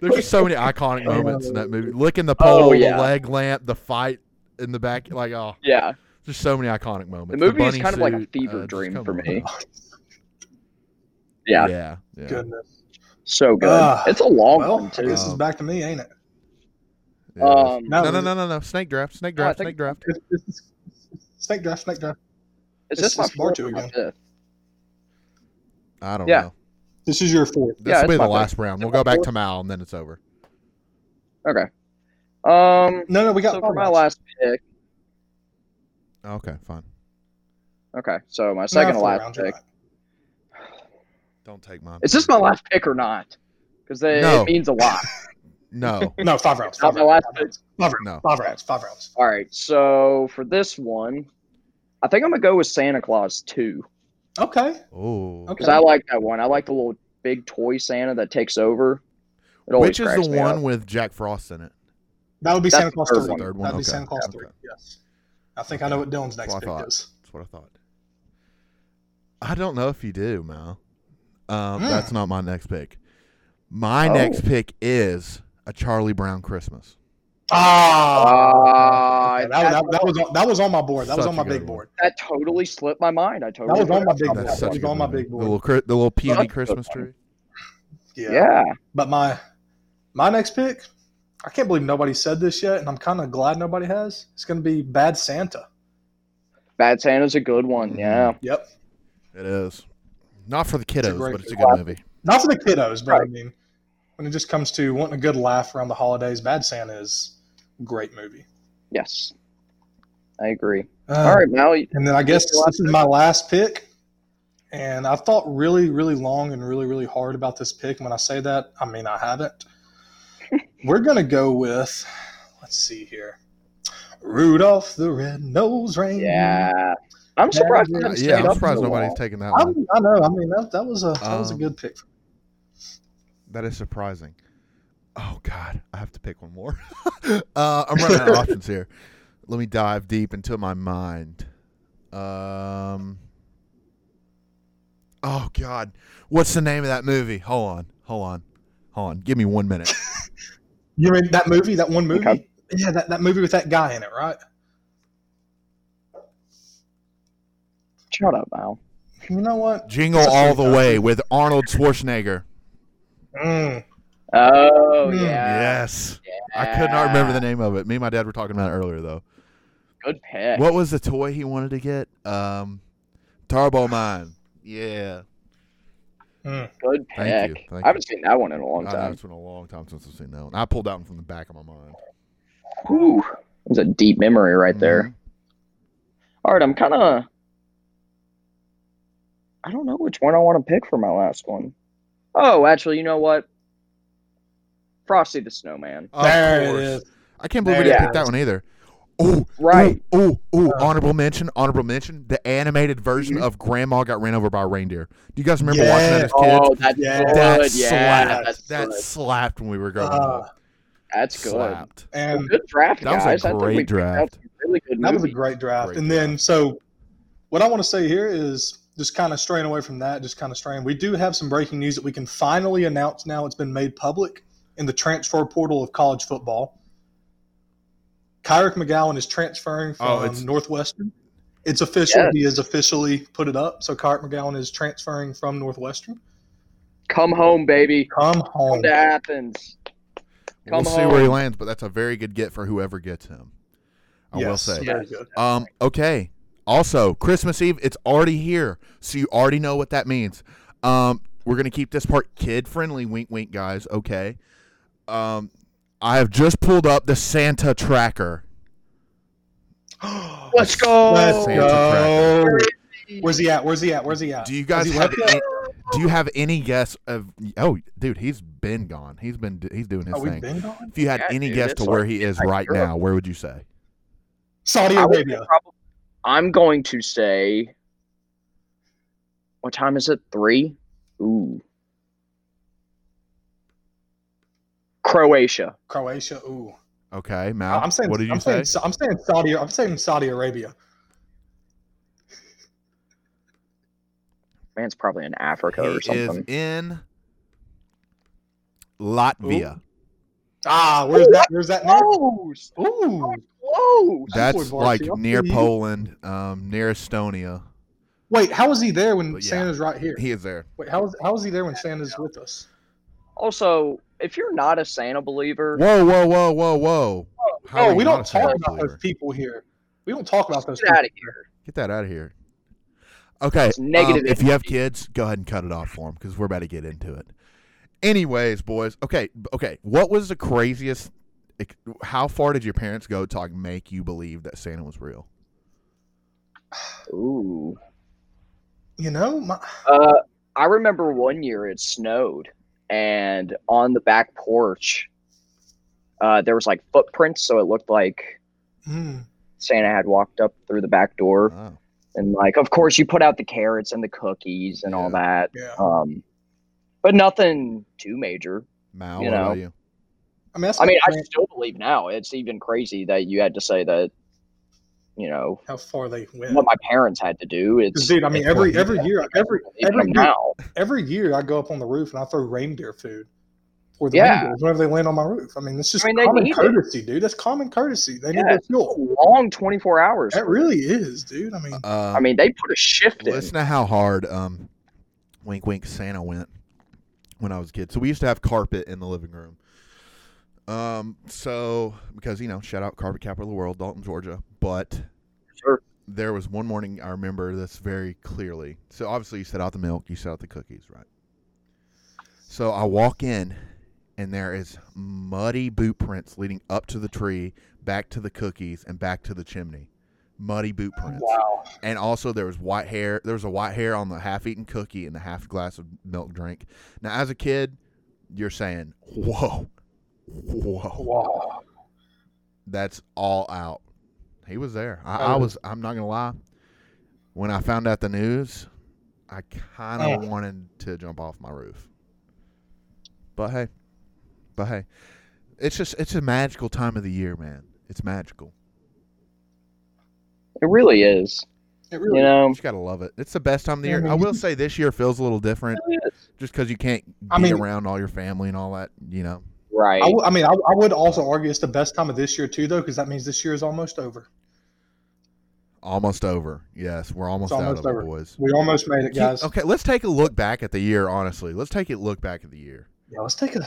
A: There's just so many iconic moments in that movie. Licking the
C: Oh,
A: pole,
C: yeah.
A: the leg lamp, the fight in the back. Like, oh,
C: Yeah.
A: there's so many iconic moments.
C: The movie is
A: bunny
C: kind of like a
A: suit,
C: fever
A: uh, just
C: dream
A: come
C: for
A: on.
C: me.
A: Yeah.
C: Yeah,
A: yeah,
D: Goodness.
C: so good.
D: Ah,
C: it's a long
D: Well,
C: one
D: I
C: too.
D: guess it's
A: Um,
D: back to me, ain't it?
A: Yeah.
C: Um,
D: No,
A: no, no, no, no, no. Snake draft. Snake
C: No, I
A: draft.
C: think-
A: snake draft.
D: It's- it's- it's- Snake draft, snake draft.
C: is
D: This
C: this my
D: is March
C: fourth or my
D: again.
C: fifth?
A: I don't
C: Yeah.
A: know.
D: This is your fourth.
A: This
C: Yeah,
A: will be
C: it's
A: the
C: my
A: last round. We'll go back to Mal and then it's over.
C: Okay. Um,
D: No, no, we got
C: so
D: five
C: for my
D: rounds.
C: last pick,
A: Okay, fine.
C: okay, so my
D: No,
C: second to
D: four
C: last
D: rounds,
C: pick.
D: you're right.
A: Don't take mine.
C: Is this my last pick or not? Because
A: No.
C: it means a lot.
A: No,
D: No, five rounds.
C: Not
D: Five
C: my last
D: rounds. Five
C: pick.
D: rounds. Five rounds.
A: no.
D: Five rounds. Five rounds.
C: All right, so for this one, I think I'm gonna go with Santa Claus two
D: Okay.
A: Oh,
D: Okay.
C: because I like that one. I like the little big toy Santa that takes over. It always
A: which is
C: cracks
A: the
C: me
A: one
C: up.
A: with Jack Frost in it?
D: That would be
C: That's
D: Santa
C: the
D: Claus
C: third
D: three.
C: one.
A: Third one,
D: That'd be
A: okay.
D: Santa Claus
A: Okay.
D: three. Yes. I think I know what Dylan's next
A: That's
D: pick
A: what I thought.
D: is.
A: That's what I thought. I don't know if you do, Mal. Um,
D: Mm.
A: That's not my next pick. My
C: Hmm. Oh.
A: next pick is a Charlie Brown Christmas.
D: Ah.
C: Uh, Ah,
D: that, that,
C: that's-
D: that was on, that was on my board. That was
A: Such
D: on my
A: a good
D: big
A: one.
D: board.
C: That totally slipped my mind. I
D: That
C: totally
D: was on my big
C: forgot
D: board.
A: That's
C: about
A: such
D: It
A: a
D: was
A: good
D: on my
A: movie.
D: big board.
A: The little, cri- the little
C: Such
A: peony
C: a good
A: Christmas
C: one.
A: tree.
C: that.
D: Yeah.
C: Yeah.
D: But my my next pick, I can't believe nobody said this yet, and I'm kind of glad nobody has. It's going to be Bad Santa.
C: Bad Santa's a good
A: Mm-hmm.
C: one. Yeah.
D: Yep.
A: It is. Not for the kiddos,
D: great
A: but it's a
D: movie.
A: good movie.
D: Not for the kiddos, but I
C: Right.
D: mean, when it just comes to wanting a good laugh around the holidays, Bad Santa is a great movie.
C: Yes. I agree.
D: Uh,
C: All right, Mal.
D: And then I guess
C: Your last
D: this is my last pick. And I've thought really, really long and really, really hard about this pick. And when I say that, I mean I haven't. We're going to go with, let's see here Rudolph the Red-Nosed Reindeer.
C: Yeah. I'm surprised. I
D: Yeah,
C: didn't
D: It's
A: Uh, Yeah,
C: stand
A: I'm
C: up
A: surprised
C: so
A: nobody's
C: long.
A: taking that
D: I'm,
A: one.
D: I know. I mean, that, that was a that was a
A: Um,
D: good pick.
A: That is surprising. Oh God, I have to pick one more. uh, I'm running out of options here. Let me dive deep into my mind. Um. Oh God, what's the name of that movie? Hold on, hold on, hold on. Give me one minute.
D: You mean that movie? That one movie?
C: Okay.
D: Yeah, that, that movie with that guy in it, right?
C: Shut up, Mal.
D: You know what?
A: Jingle
D: That's a
A: all
D: pretty
A: the
D: tough
A: way with Arnold Schwarzenegger.
D: Mm.
C: Oh
D: Hmm,
C: yeah. Ah,
A: yes, I could not remember the name of it. Me and my dad were talking about it earlier though.
C: Good pick.
A: What was the toy he wanted to get? Um, Turbo Mine. Yeah.
C: Good pick.
A: Thank you, Uh, thank
C: I haven't seen that one in a long
A: I know
C: time.
A: it's been a long time since I've seen that one. I pulled that one from the back of my mind.
C: Whew. It was a deep memory right
A: Mm-hmm.
C: there. All right, I'm kind of. I don't know which one I want to pick for my last one. Oh, actually, you know what? Frosty the Snowman.
A: Of
D: there
A: course.
D: it is.
A: I can't believe we
D: There
A: didn't
D: it
A: pick that
D: is.
A: one either. Oh,
C: Right.
A: Oh, oh,
D: Uh.
A: honorable mention, honorable mention. The animated version
C: Mm-hmm.
A: of Grandma got ran over by a reindeer. Do you guys remember watching that as kids?
C: Oh, that's
D: Yeah.
C: good.
A: that
C: yeah,
A: slapped.
C: that's
A: that
C: good.
A: slapped when we were growing
D: Uh,
A: up.
C: That's good.
A: slapped.
D: And
C: Good draft,
A: That was a
C: guys. I think we
A: great
C: picked out
A: draft.
C: some Really good
D: That was a
C: movies.
D: great draft.
A: Great
D: and then, so what I want to say here is just kind of straying away from that, just kind of straying. We do have some breaking news that we can finally announce now. It's been made public in the transfer portal of college football. Kyrick McGowan is transferring from
A: Oh, it's-
D: Northwestern. It's official.
C: Yes.
D: He has officially put it up. So Kyrick McGowan is transferring from Northwestern.
C: Come home, baby.
D: Come home.
C: Come to Athens.
A: We'll
C: Come
A: see where he
C: on.
A: lands, but that's a very good get for whoever gets him. I will
D: Yes,
A: say.
D: Very good.
A: Um, okay. Also, Christmas Eve, it's already here, so you already know what that means. Um, we're gonna keep this part kid friendly, wink wink, guys, okay. Um I have just pulled up the Santa tracker.
C: Let's go.
D: Let's
A: Santa
D: go. Where's he at? Where's he at? Where's he at?
A: Do you guys
D: Is he
A: have
D: left
A: any, do you have any guess of oh dude, he's been gone. He's been do- he's doing his
D: Oh, we've
A: thing.
D: been gone?
A: If you had
C: Yeah,
A: any
C: dude,
A: guess
C: it's
A: to where
C: like-
A: he is
C: like
A: right
C: Europe.
A: now, where would you say?
D: Saudi
C: I would
D: Arabia.
C: prob- I'm going to say. What time is it? Three. Ooh. Croatia.
D: Croatia. Ooh,
A: Okay,
D: I-
A: Mal.
D: I'm saying.
A: what did you
D: I'm
A: say?
D: saying. Sa- I'm saying Saudi. I'm saying Saudi Arabia.
C: Man's probably in Africa
A: he
C: or
A: is
C: something.
A: in Latvia.
D: Ah, where's
C: Ooh, oh.
D: that? Where's that now?
C: Close.
D: Ooh,
C: Close.
D: That-
A: That's
D: boy,
A: like
D: Barty, I'm
A: near
D: for you.
A: Poland, um, near Estonia.
D: wait. How is he there when
A: But yeah.
D: Santa's right here?
A: He is there.
D: Wait, how is how is he there when Santa's with us?
C: Also, if you're not a Santa believer,
A: Whoa, whoa, whoa, whoa, whoa. How
D: Oh,
A: are
D: we
A: you
D: don't
A: not a Santa
D: talk about
A: believer?
D: those people here. We don't talk about those
C: get out
D: people.
C: of here.
A: Get that out of here. Okay.
C: It's negative
A: um, if you have
C: energy.
A: kids, go ahead and cut it off for them because we're about to get into it. Anyways, boys. Okay. b- Okay. What was the craziest? ex- How far did your parents go to like make you believe that Santa was real?
C: Ooh.
D: You know, my,
C: Uh, I remember one year it snowed, and on the back porch, uh, there was like footprints, so it looked like
D: mm,
C: Santa had walked up through the back door.
A: Oh.
C: And like, of course, you put out the carrots and the cookies and all that.
D: yeah.
C: Um, but nothing too major.
A: Mal,
C: You
A: what about
C: know.
A: you?
D: I mean, that's
C: I mean,
D: not
C: I still believe now. It's even crazy that you had to say that, you know,
D: how far they went.
C: what my parents had to do. It's
D: 'Cause, dude, I mean,
A: It's
D: every
A: crazy.
D: every year, every
C: even
D: every year,
C: now.
D: every year, I go up on the roof and I throw reindeer food for the
C: Yeah.
D: reindeers whenever they land on my roof. I mean, it's just
C: I mean, they
D: common
C: need it.
D: courtesy, dude. That's common courtesy. They need
C: Yeah.
D: their fuel.
C: Long 24 hours.
D: That really is, dude. I mean,
A: Uh,
C: I mean, they put a shift in.
A: Listen to how hard um, wink wink Santa went when I was a kid. So we used to have carpet in the living room. Um, so because you know, shout out carpet capital of the world, Dalton, Georgia. But
C: Sure.
A: there was one morning I remember this very clearly. So obviously you set out the milk, you set out the cookies, right? So I walk in and there is muddy boot prints leading up to the tree, back to the cookies, and back to the chimney. Muddy boot prints
D: wow.
A: and also there was white hair. There was a white hair on the half-eaten cookie and the half glass of milk drink. Now, as a kid, you're saying, "Whoa, whoa,
D: Wow.
A: that's all out." He was there. I, I
D: Oh.
A: was. I'm not gonna lie. When I found out the news, I kind of
D: Yeah.
A: wanted to jump off my roof. But hey, but hey, it's just it's a magical time of the year, man. It's magical.
C: It really is.
D: It
C: You
D: really
A: You
C: know,
A: just gotta love it. It's the best time of the
D: Um, Yeah,
A: year.
D: man,
A: I
D: you
A: will say this year feels a little different.
C: it really is.
A: just because you can't
D: I
A: be
D: mean-
A: around all your family and all that, you know.
C: right?
D: I, w- I mean, I, I would also argue it's the best time of this year too, though, because that means this year is almost over.
A: Almost over. Yes, we're almost, out
D: almost
A: of
D: over.
A: it, boys.
D: We almost made it,
A: Can-
D: guys.
A: okay, let's take a look back at the year. Honestly, let's take a look back at the year.
D: Yeah, let's take a.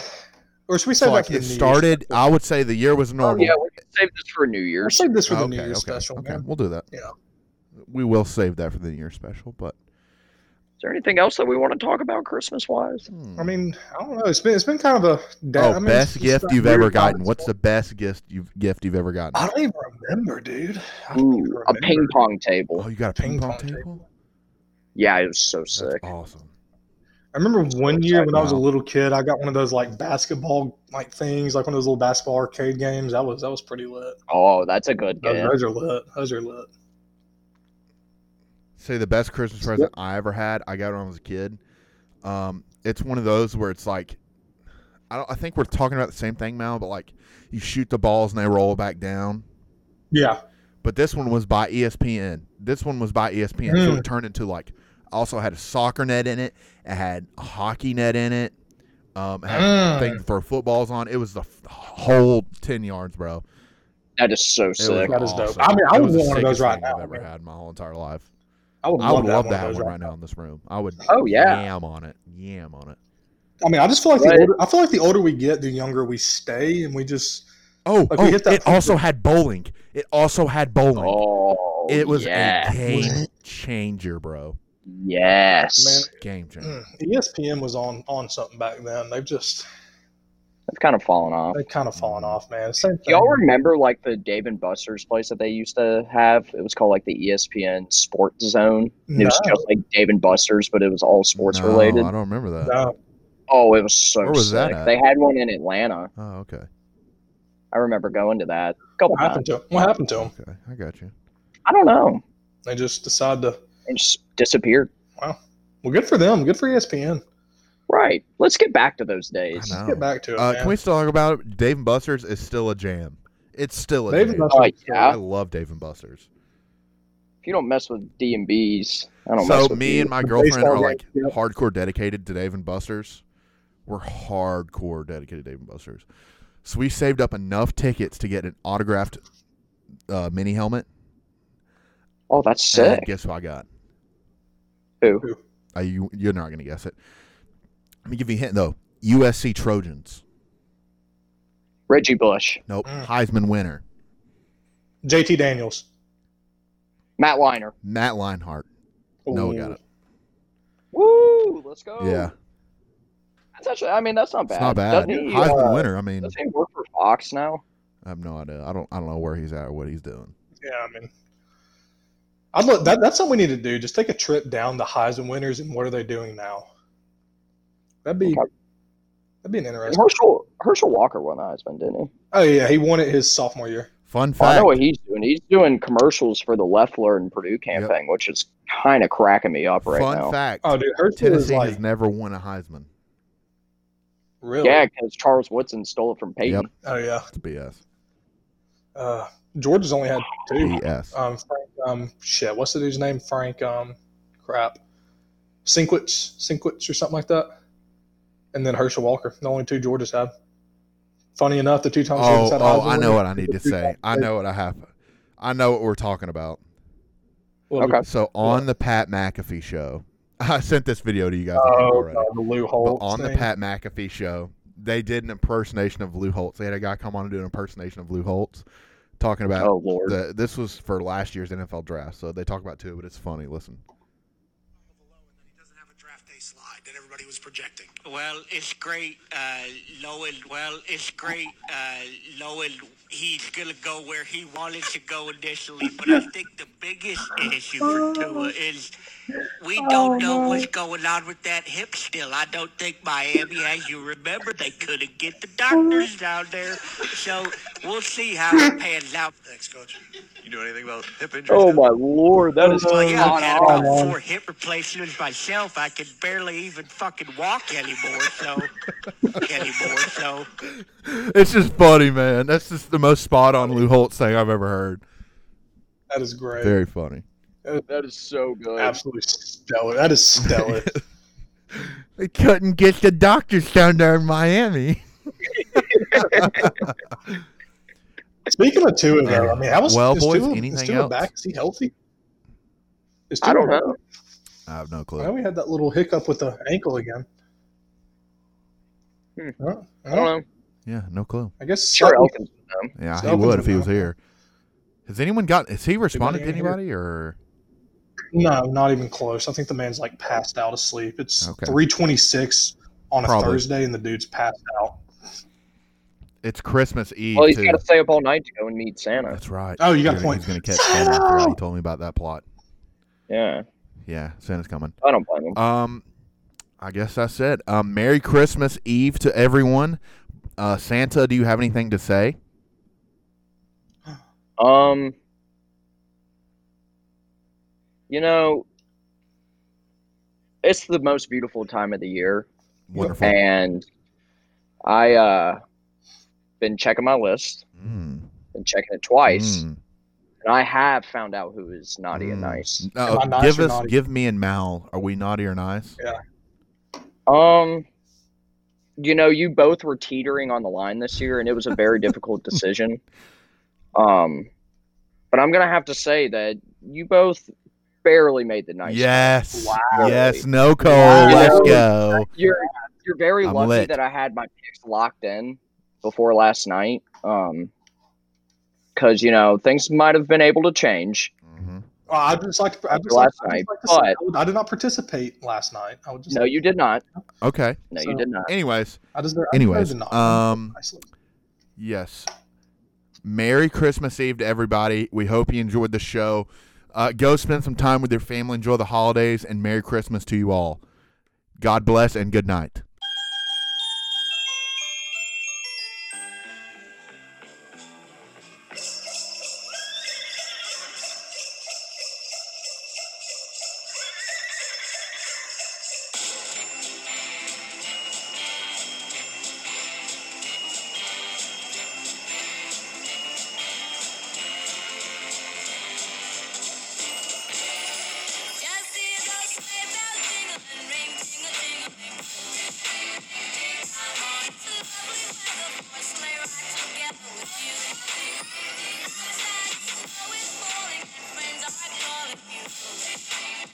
D: Or should we
A: So
D: save that
A: like
D: for the
A: it
D: New Year's?
A: started. I would say the year was
C: oh,
A: normal.
C: yeah, we can save this for New
D: We'll
C: Year's.
D: save this for the
A: okay,
D: New Year's
A: okay,
D: special,
A: okay.
D: man.
A: We'll do that.
D: Yeah.
A: We will save that for the New Year special, but
C: Is there anything else that we want to talk about Christmas wise?
A: hmm.
D: I mean, I don't know. It's been it's been kind of a da-
A: oh,
D: I mean, it's-
A: best
D: it's
A: gift
D: been
A: you've
D: weird
A: ever
D: times.
A: gotten. What's the best gift you've gift you've ever gotten?
D: I don't even remember, dude. I don't even
C: Ooh, a
D: remember.
C: ping pong table.
A: Oh, you got a ping, pong, table?
C: Yeah, it was so
A: That's
C: sick.
A: awesome.
D: I remember one year when I was a
A: Wow.
D: little kid, I got one of those like basketball like things, like one of those little basketball arcade games. That was that was pretty lit.
C: Oh, that's a good
D: Those,
C: game.
D: those are lit. Those are lit.
A: say the best Christmas present I ever had. I got it when I was a kid. Um, it's one of those where it's like, I don't. I think we're talking about the same thing, Mal. But like, you shoot the balls and they roll back down.
D: Yeah.
A: But this one was by E ESPN. This one was by E ESPN, so
D: Mm.
A: it turned into like. Also had a soccer net in it. It had a hockey net in it. Um, it had a
D: Mm.
A: thing to throw footballs on. It was the f- whole ten yards, bro.
C: That is so
A: It was
C: sick.
D: That is dope.
A: awesome.
D: I mean, I
A: It
D: would
A: was the
D: want one of those
A: sickest
D: right
A: thing
D: now,
A: I've ever
D: man.
A: had in my whole entire life.
D: I would
A: I
D: love
A: would
D: that,
A: love
D: one,
A: that
D: of
A: one
D: those
A: right,
D: right,
A: now in this room. I would.
C: Oh, yeah.
A: Yam on it. Yam on it.
D: now. I mean, I just feel like the
C: Right.
D: older, I feel like the older we get, the younger we stay, and we just
A: Oh,
D: Like,
A: oh
D: we hit that
A: it also had bowling. It also had bowling.
C: Oh,
A: it was
C: yeah.
A: a game changer, bro.
D: man.
C: yes.
A: Game changer.
D: mm, ESPN was on on something back then. They've just
C: That's kind of fallen off.
D: they've kind of fallen off, man. Same
C: Do
D: thing.
C: y'all remember like the Dave and Buster's place that they used to have? It was called like the E ESPN Sports Zone. It was
D: No.
C: just like Dave and Buster's, but it was all sports
A: No,
C: related.
A: I don't remember that.
D: No.
C: Oh, it was so
A: Where was that
C: sick.
A: at?
C: They had one in Atlanta.
A: Oh, okay.
C: I remember going to that. A couple
D: What happened
C: times.
D: to him? What happened to him?
A: Okay, I got you.
C: I don't know.
D: They just decide to.
C: It just disappeared.
D: Well, good for them. Good for E ESPN.
C: Right. Let's get back to those
A: I
C: days.
D: Get
A: know.
D: back to it.
A: Uh,
D: man.
A: can we still talk about it? Dave and Buster's is still a jam. It's still a
D: Dave
A: jam.
D: and Buster's-
C: Oh yeah.
A: I love Dave and Buster's.
C: If you don't mess with D and B's, I don't
A: So
C: mess with
A: me
C: you.
A: and my girlfriend
D: baseball
A: are like
D: game, yep.
A: hardcore dedicated to Dave and Buster's. We're hardcore dedicated to Dave and Buster's. So we saved up enough tickets to get an autographed uh, mini helmet.
C: Oh, that's
A: And
C: sick.
A: guess what I got?
C: Who?
A: Uh, you you're not gonna guess it. Let me give you a hint though. USC Trojans.
C: Reggie Bush,
A: Nope.
D: Mm.
A: Heisman winner.
D: JT Daniels.
C: Matt Weiner.
A: Matt Leinhart. No, I got
D: Ooh.
A: it.
C: Woo! Let's go.
A: Yeah.
C: That's actually. I mean, that's not Oh, bad.
A: It's not bad.
C: Doesn't he, uh,
A: Heisman winner. I mean,
C: doesn't he work for Fox now?
A: I have no idea. I don't. I don't know where he's at or what he's doing.
D: Yeah, I mean, I'd look. That, that's something we need to do. Just take a trip down the Heisman winners and what are they doing now? That'd be
C: Okay.
D: that'd be an
C: And
D: interesting.
C: Herschel Herschel Walker won the Heisman, didn't he?
D: Oh yeah, he won it his sophomore year.
A: Fun
C: Well, Oh, I
A: fact.
C: know what he's doing. He's doing commercials for the Leffler and Purdue campaign, which is kind of cracking me up right
A: fun
C: now.
A: fact.
D: Oh, dude, Herschel is
A: Tennessee
D: like
A: has never won a Heisman.
D: really.
C: Yeah, because Charles Woodson stole it from Peyton.
A: Yep.
D: Oh yeah.
A: It's BS.
D: Uh, Georgia's only had two.
A: BS.
D: Um, Frank. Um, shit. What's the dude's name? Frank. Um, crap. Sinkwitz, Sinkwitz, or something like that. And then Herschel Walker, the only two Georgia's had. Funny enough, the two times
A: oh,
D: Georgia's had a
A: oh,
D: Heisman
A: I know
D: winner,
A: what I need to
D: the two
A: say.
D: times
A: I
D: they-
A: know what I have. I know what we're talking about.
D: Well,
C: Okay.
A: So on the Pat McAfee show, I sent this video to you guys I think,
D: Oh,
A: already.
D: God, the Lou
A: But
D: Holtz
A: on the
D: thing.
A: Pat McAfee show, they did an impersonation of Lou Holtz. They had a guy come on and do an impersonation of Lou Holtz, talking about
C: Oh Lord.
A: the, this was for last year's NFL draft. So they talk about two, but it's funny. Listen.
E: and then he doesn't have a draft day slide that everybody was projecting. Well, it's great, uh, Lowell. Well, it's great, uh, Lowell. He's gonna go where he wanted to go initially, but I think the biggest issue for Tua is we don't know what's going on with that hip still. I don't think Miami, as you remember, they couldn't get the doctors down there, so we'll see how it pans out.
F: Thanks, coach. You know anything about hip injuries?
C: Oh my lord, that is
D: Oh,
C: on
E: Yeah, I've had about
D: man.
C: on.
E: four hip replacements myself. I can barely even fucking walk anymore. So anymore. So
A: It's just funny, man. That's just the most spot on Lou Holtz thing I've ever heard.
D: That is great.
A: Very funny.
C: That is so good.
D: Absolutely stellar. That is stellar.
A: They couldn't get the doctors down there in Miami.
D: Speaking of Tua, though, I mean, how was
A: Well,
D: is
A: boys,
D: Tua,
A: anything
D: is Tua
A: else?
D: back? Is he healthy? Is
C: I don't
D: Tua-
C: know.
A: I have no
D: I know
A: clue.
D: we had that little hiccup with the ankle again.
C: Hmm.
D: Well,
C: I don't know.
A: Yeah, no clue.
D: I guess
C: Sure,
D: something-
C: Elkins.
A: Yeah, he
D: Something's
A: would if he
D: going
A: was
D: on.
A: here. Has anyone got? Has he responded to
D: Anybody in here?
A: anybody or?
D: No, not even close. I think the man's like passed out asleep. It's
A: Okay.
D: three twenty six on a
A: Probably.
D: Thursday, and the dude's passed out.
A: It's Christmas Eve
C: Well, he's
A: too.
C: got to stay up all night to go and meet Santa.
A: That's right.
D: Oh, you got a
A: He's
D: point.
A: gonna catch
D: Santa!
A: Santa. I forgot He told me about that plot.
C: Yeah,
A: Yeah, Santa's coming.
C: I don't blame him.
A: Um, I guess that's it. Um, Merry Christmas Eve to everyone. Uh, Santa, do you have anything to say?
C: Um, you know, it's the most beautiful time of the year,
A: Wonderful.
C: and I uh been checking my list,
A: Mm.
C: been checking it twice,
A: Mm.
C: and I have found out who is naughty and
A: Mm.
C: nice.
A: No,
D: Am I nice
A: give
D: or
A: us,
D: naughty?
A: give me and Mal. Are we naughty or nice?
C: Um, you know, you both were teetering on the line this year, and it was a very difficult decision. Um, but I'm gonna have to say that you both barely made the nice.
A: Yes.
C: Wow.
A: Yes. No Cole.
D: Wow.
A: Let's go.
C: You're you're very
A: I'm
C: lucky
A: lit.
C: that I had my picks locked in before last night. Um, because you know things might have been able to change.
A: Mhm.
D: Uh, I'd just like to, I'd just
C: Last
D: like, I'd
C: night,
D: just like to say,
C: but-
D: I, would- I did not participate last night. I would just
C: No, you did not.
A: Okay.
C: No,
D: So-
C: you did not.
A: Anyways.
D: I just, I just
A: Anyways.
D: did not.
A: Um.
D: Isolate.
A: Yes. Merry Christmas Eve to everybody. We hope you enjoyed the show. Uh, go spend some time with your family, enjoy the holidays, and Merry Christmas to you all. God bless and good night.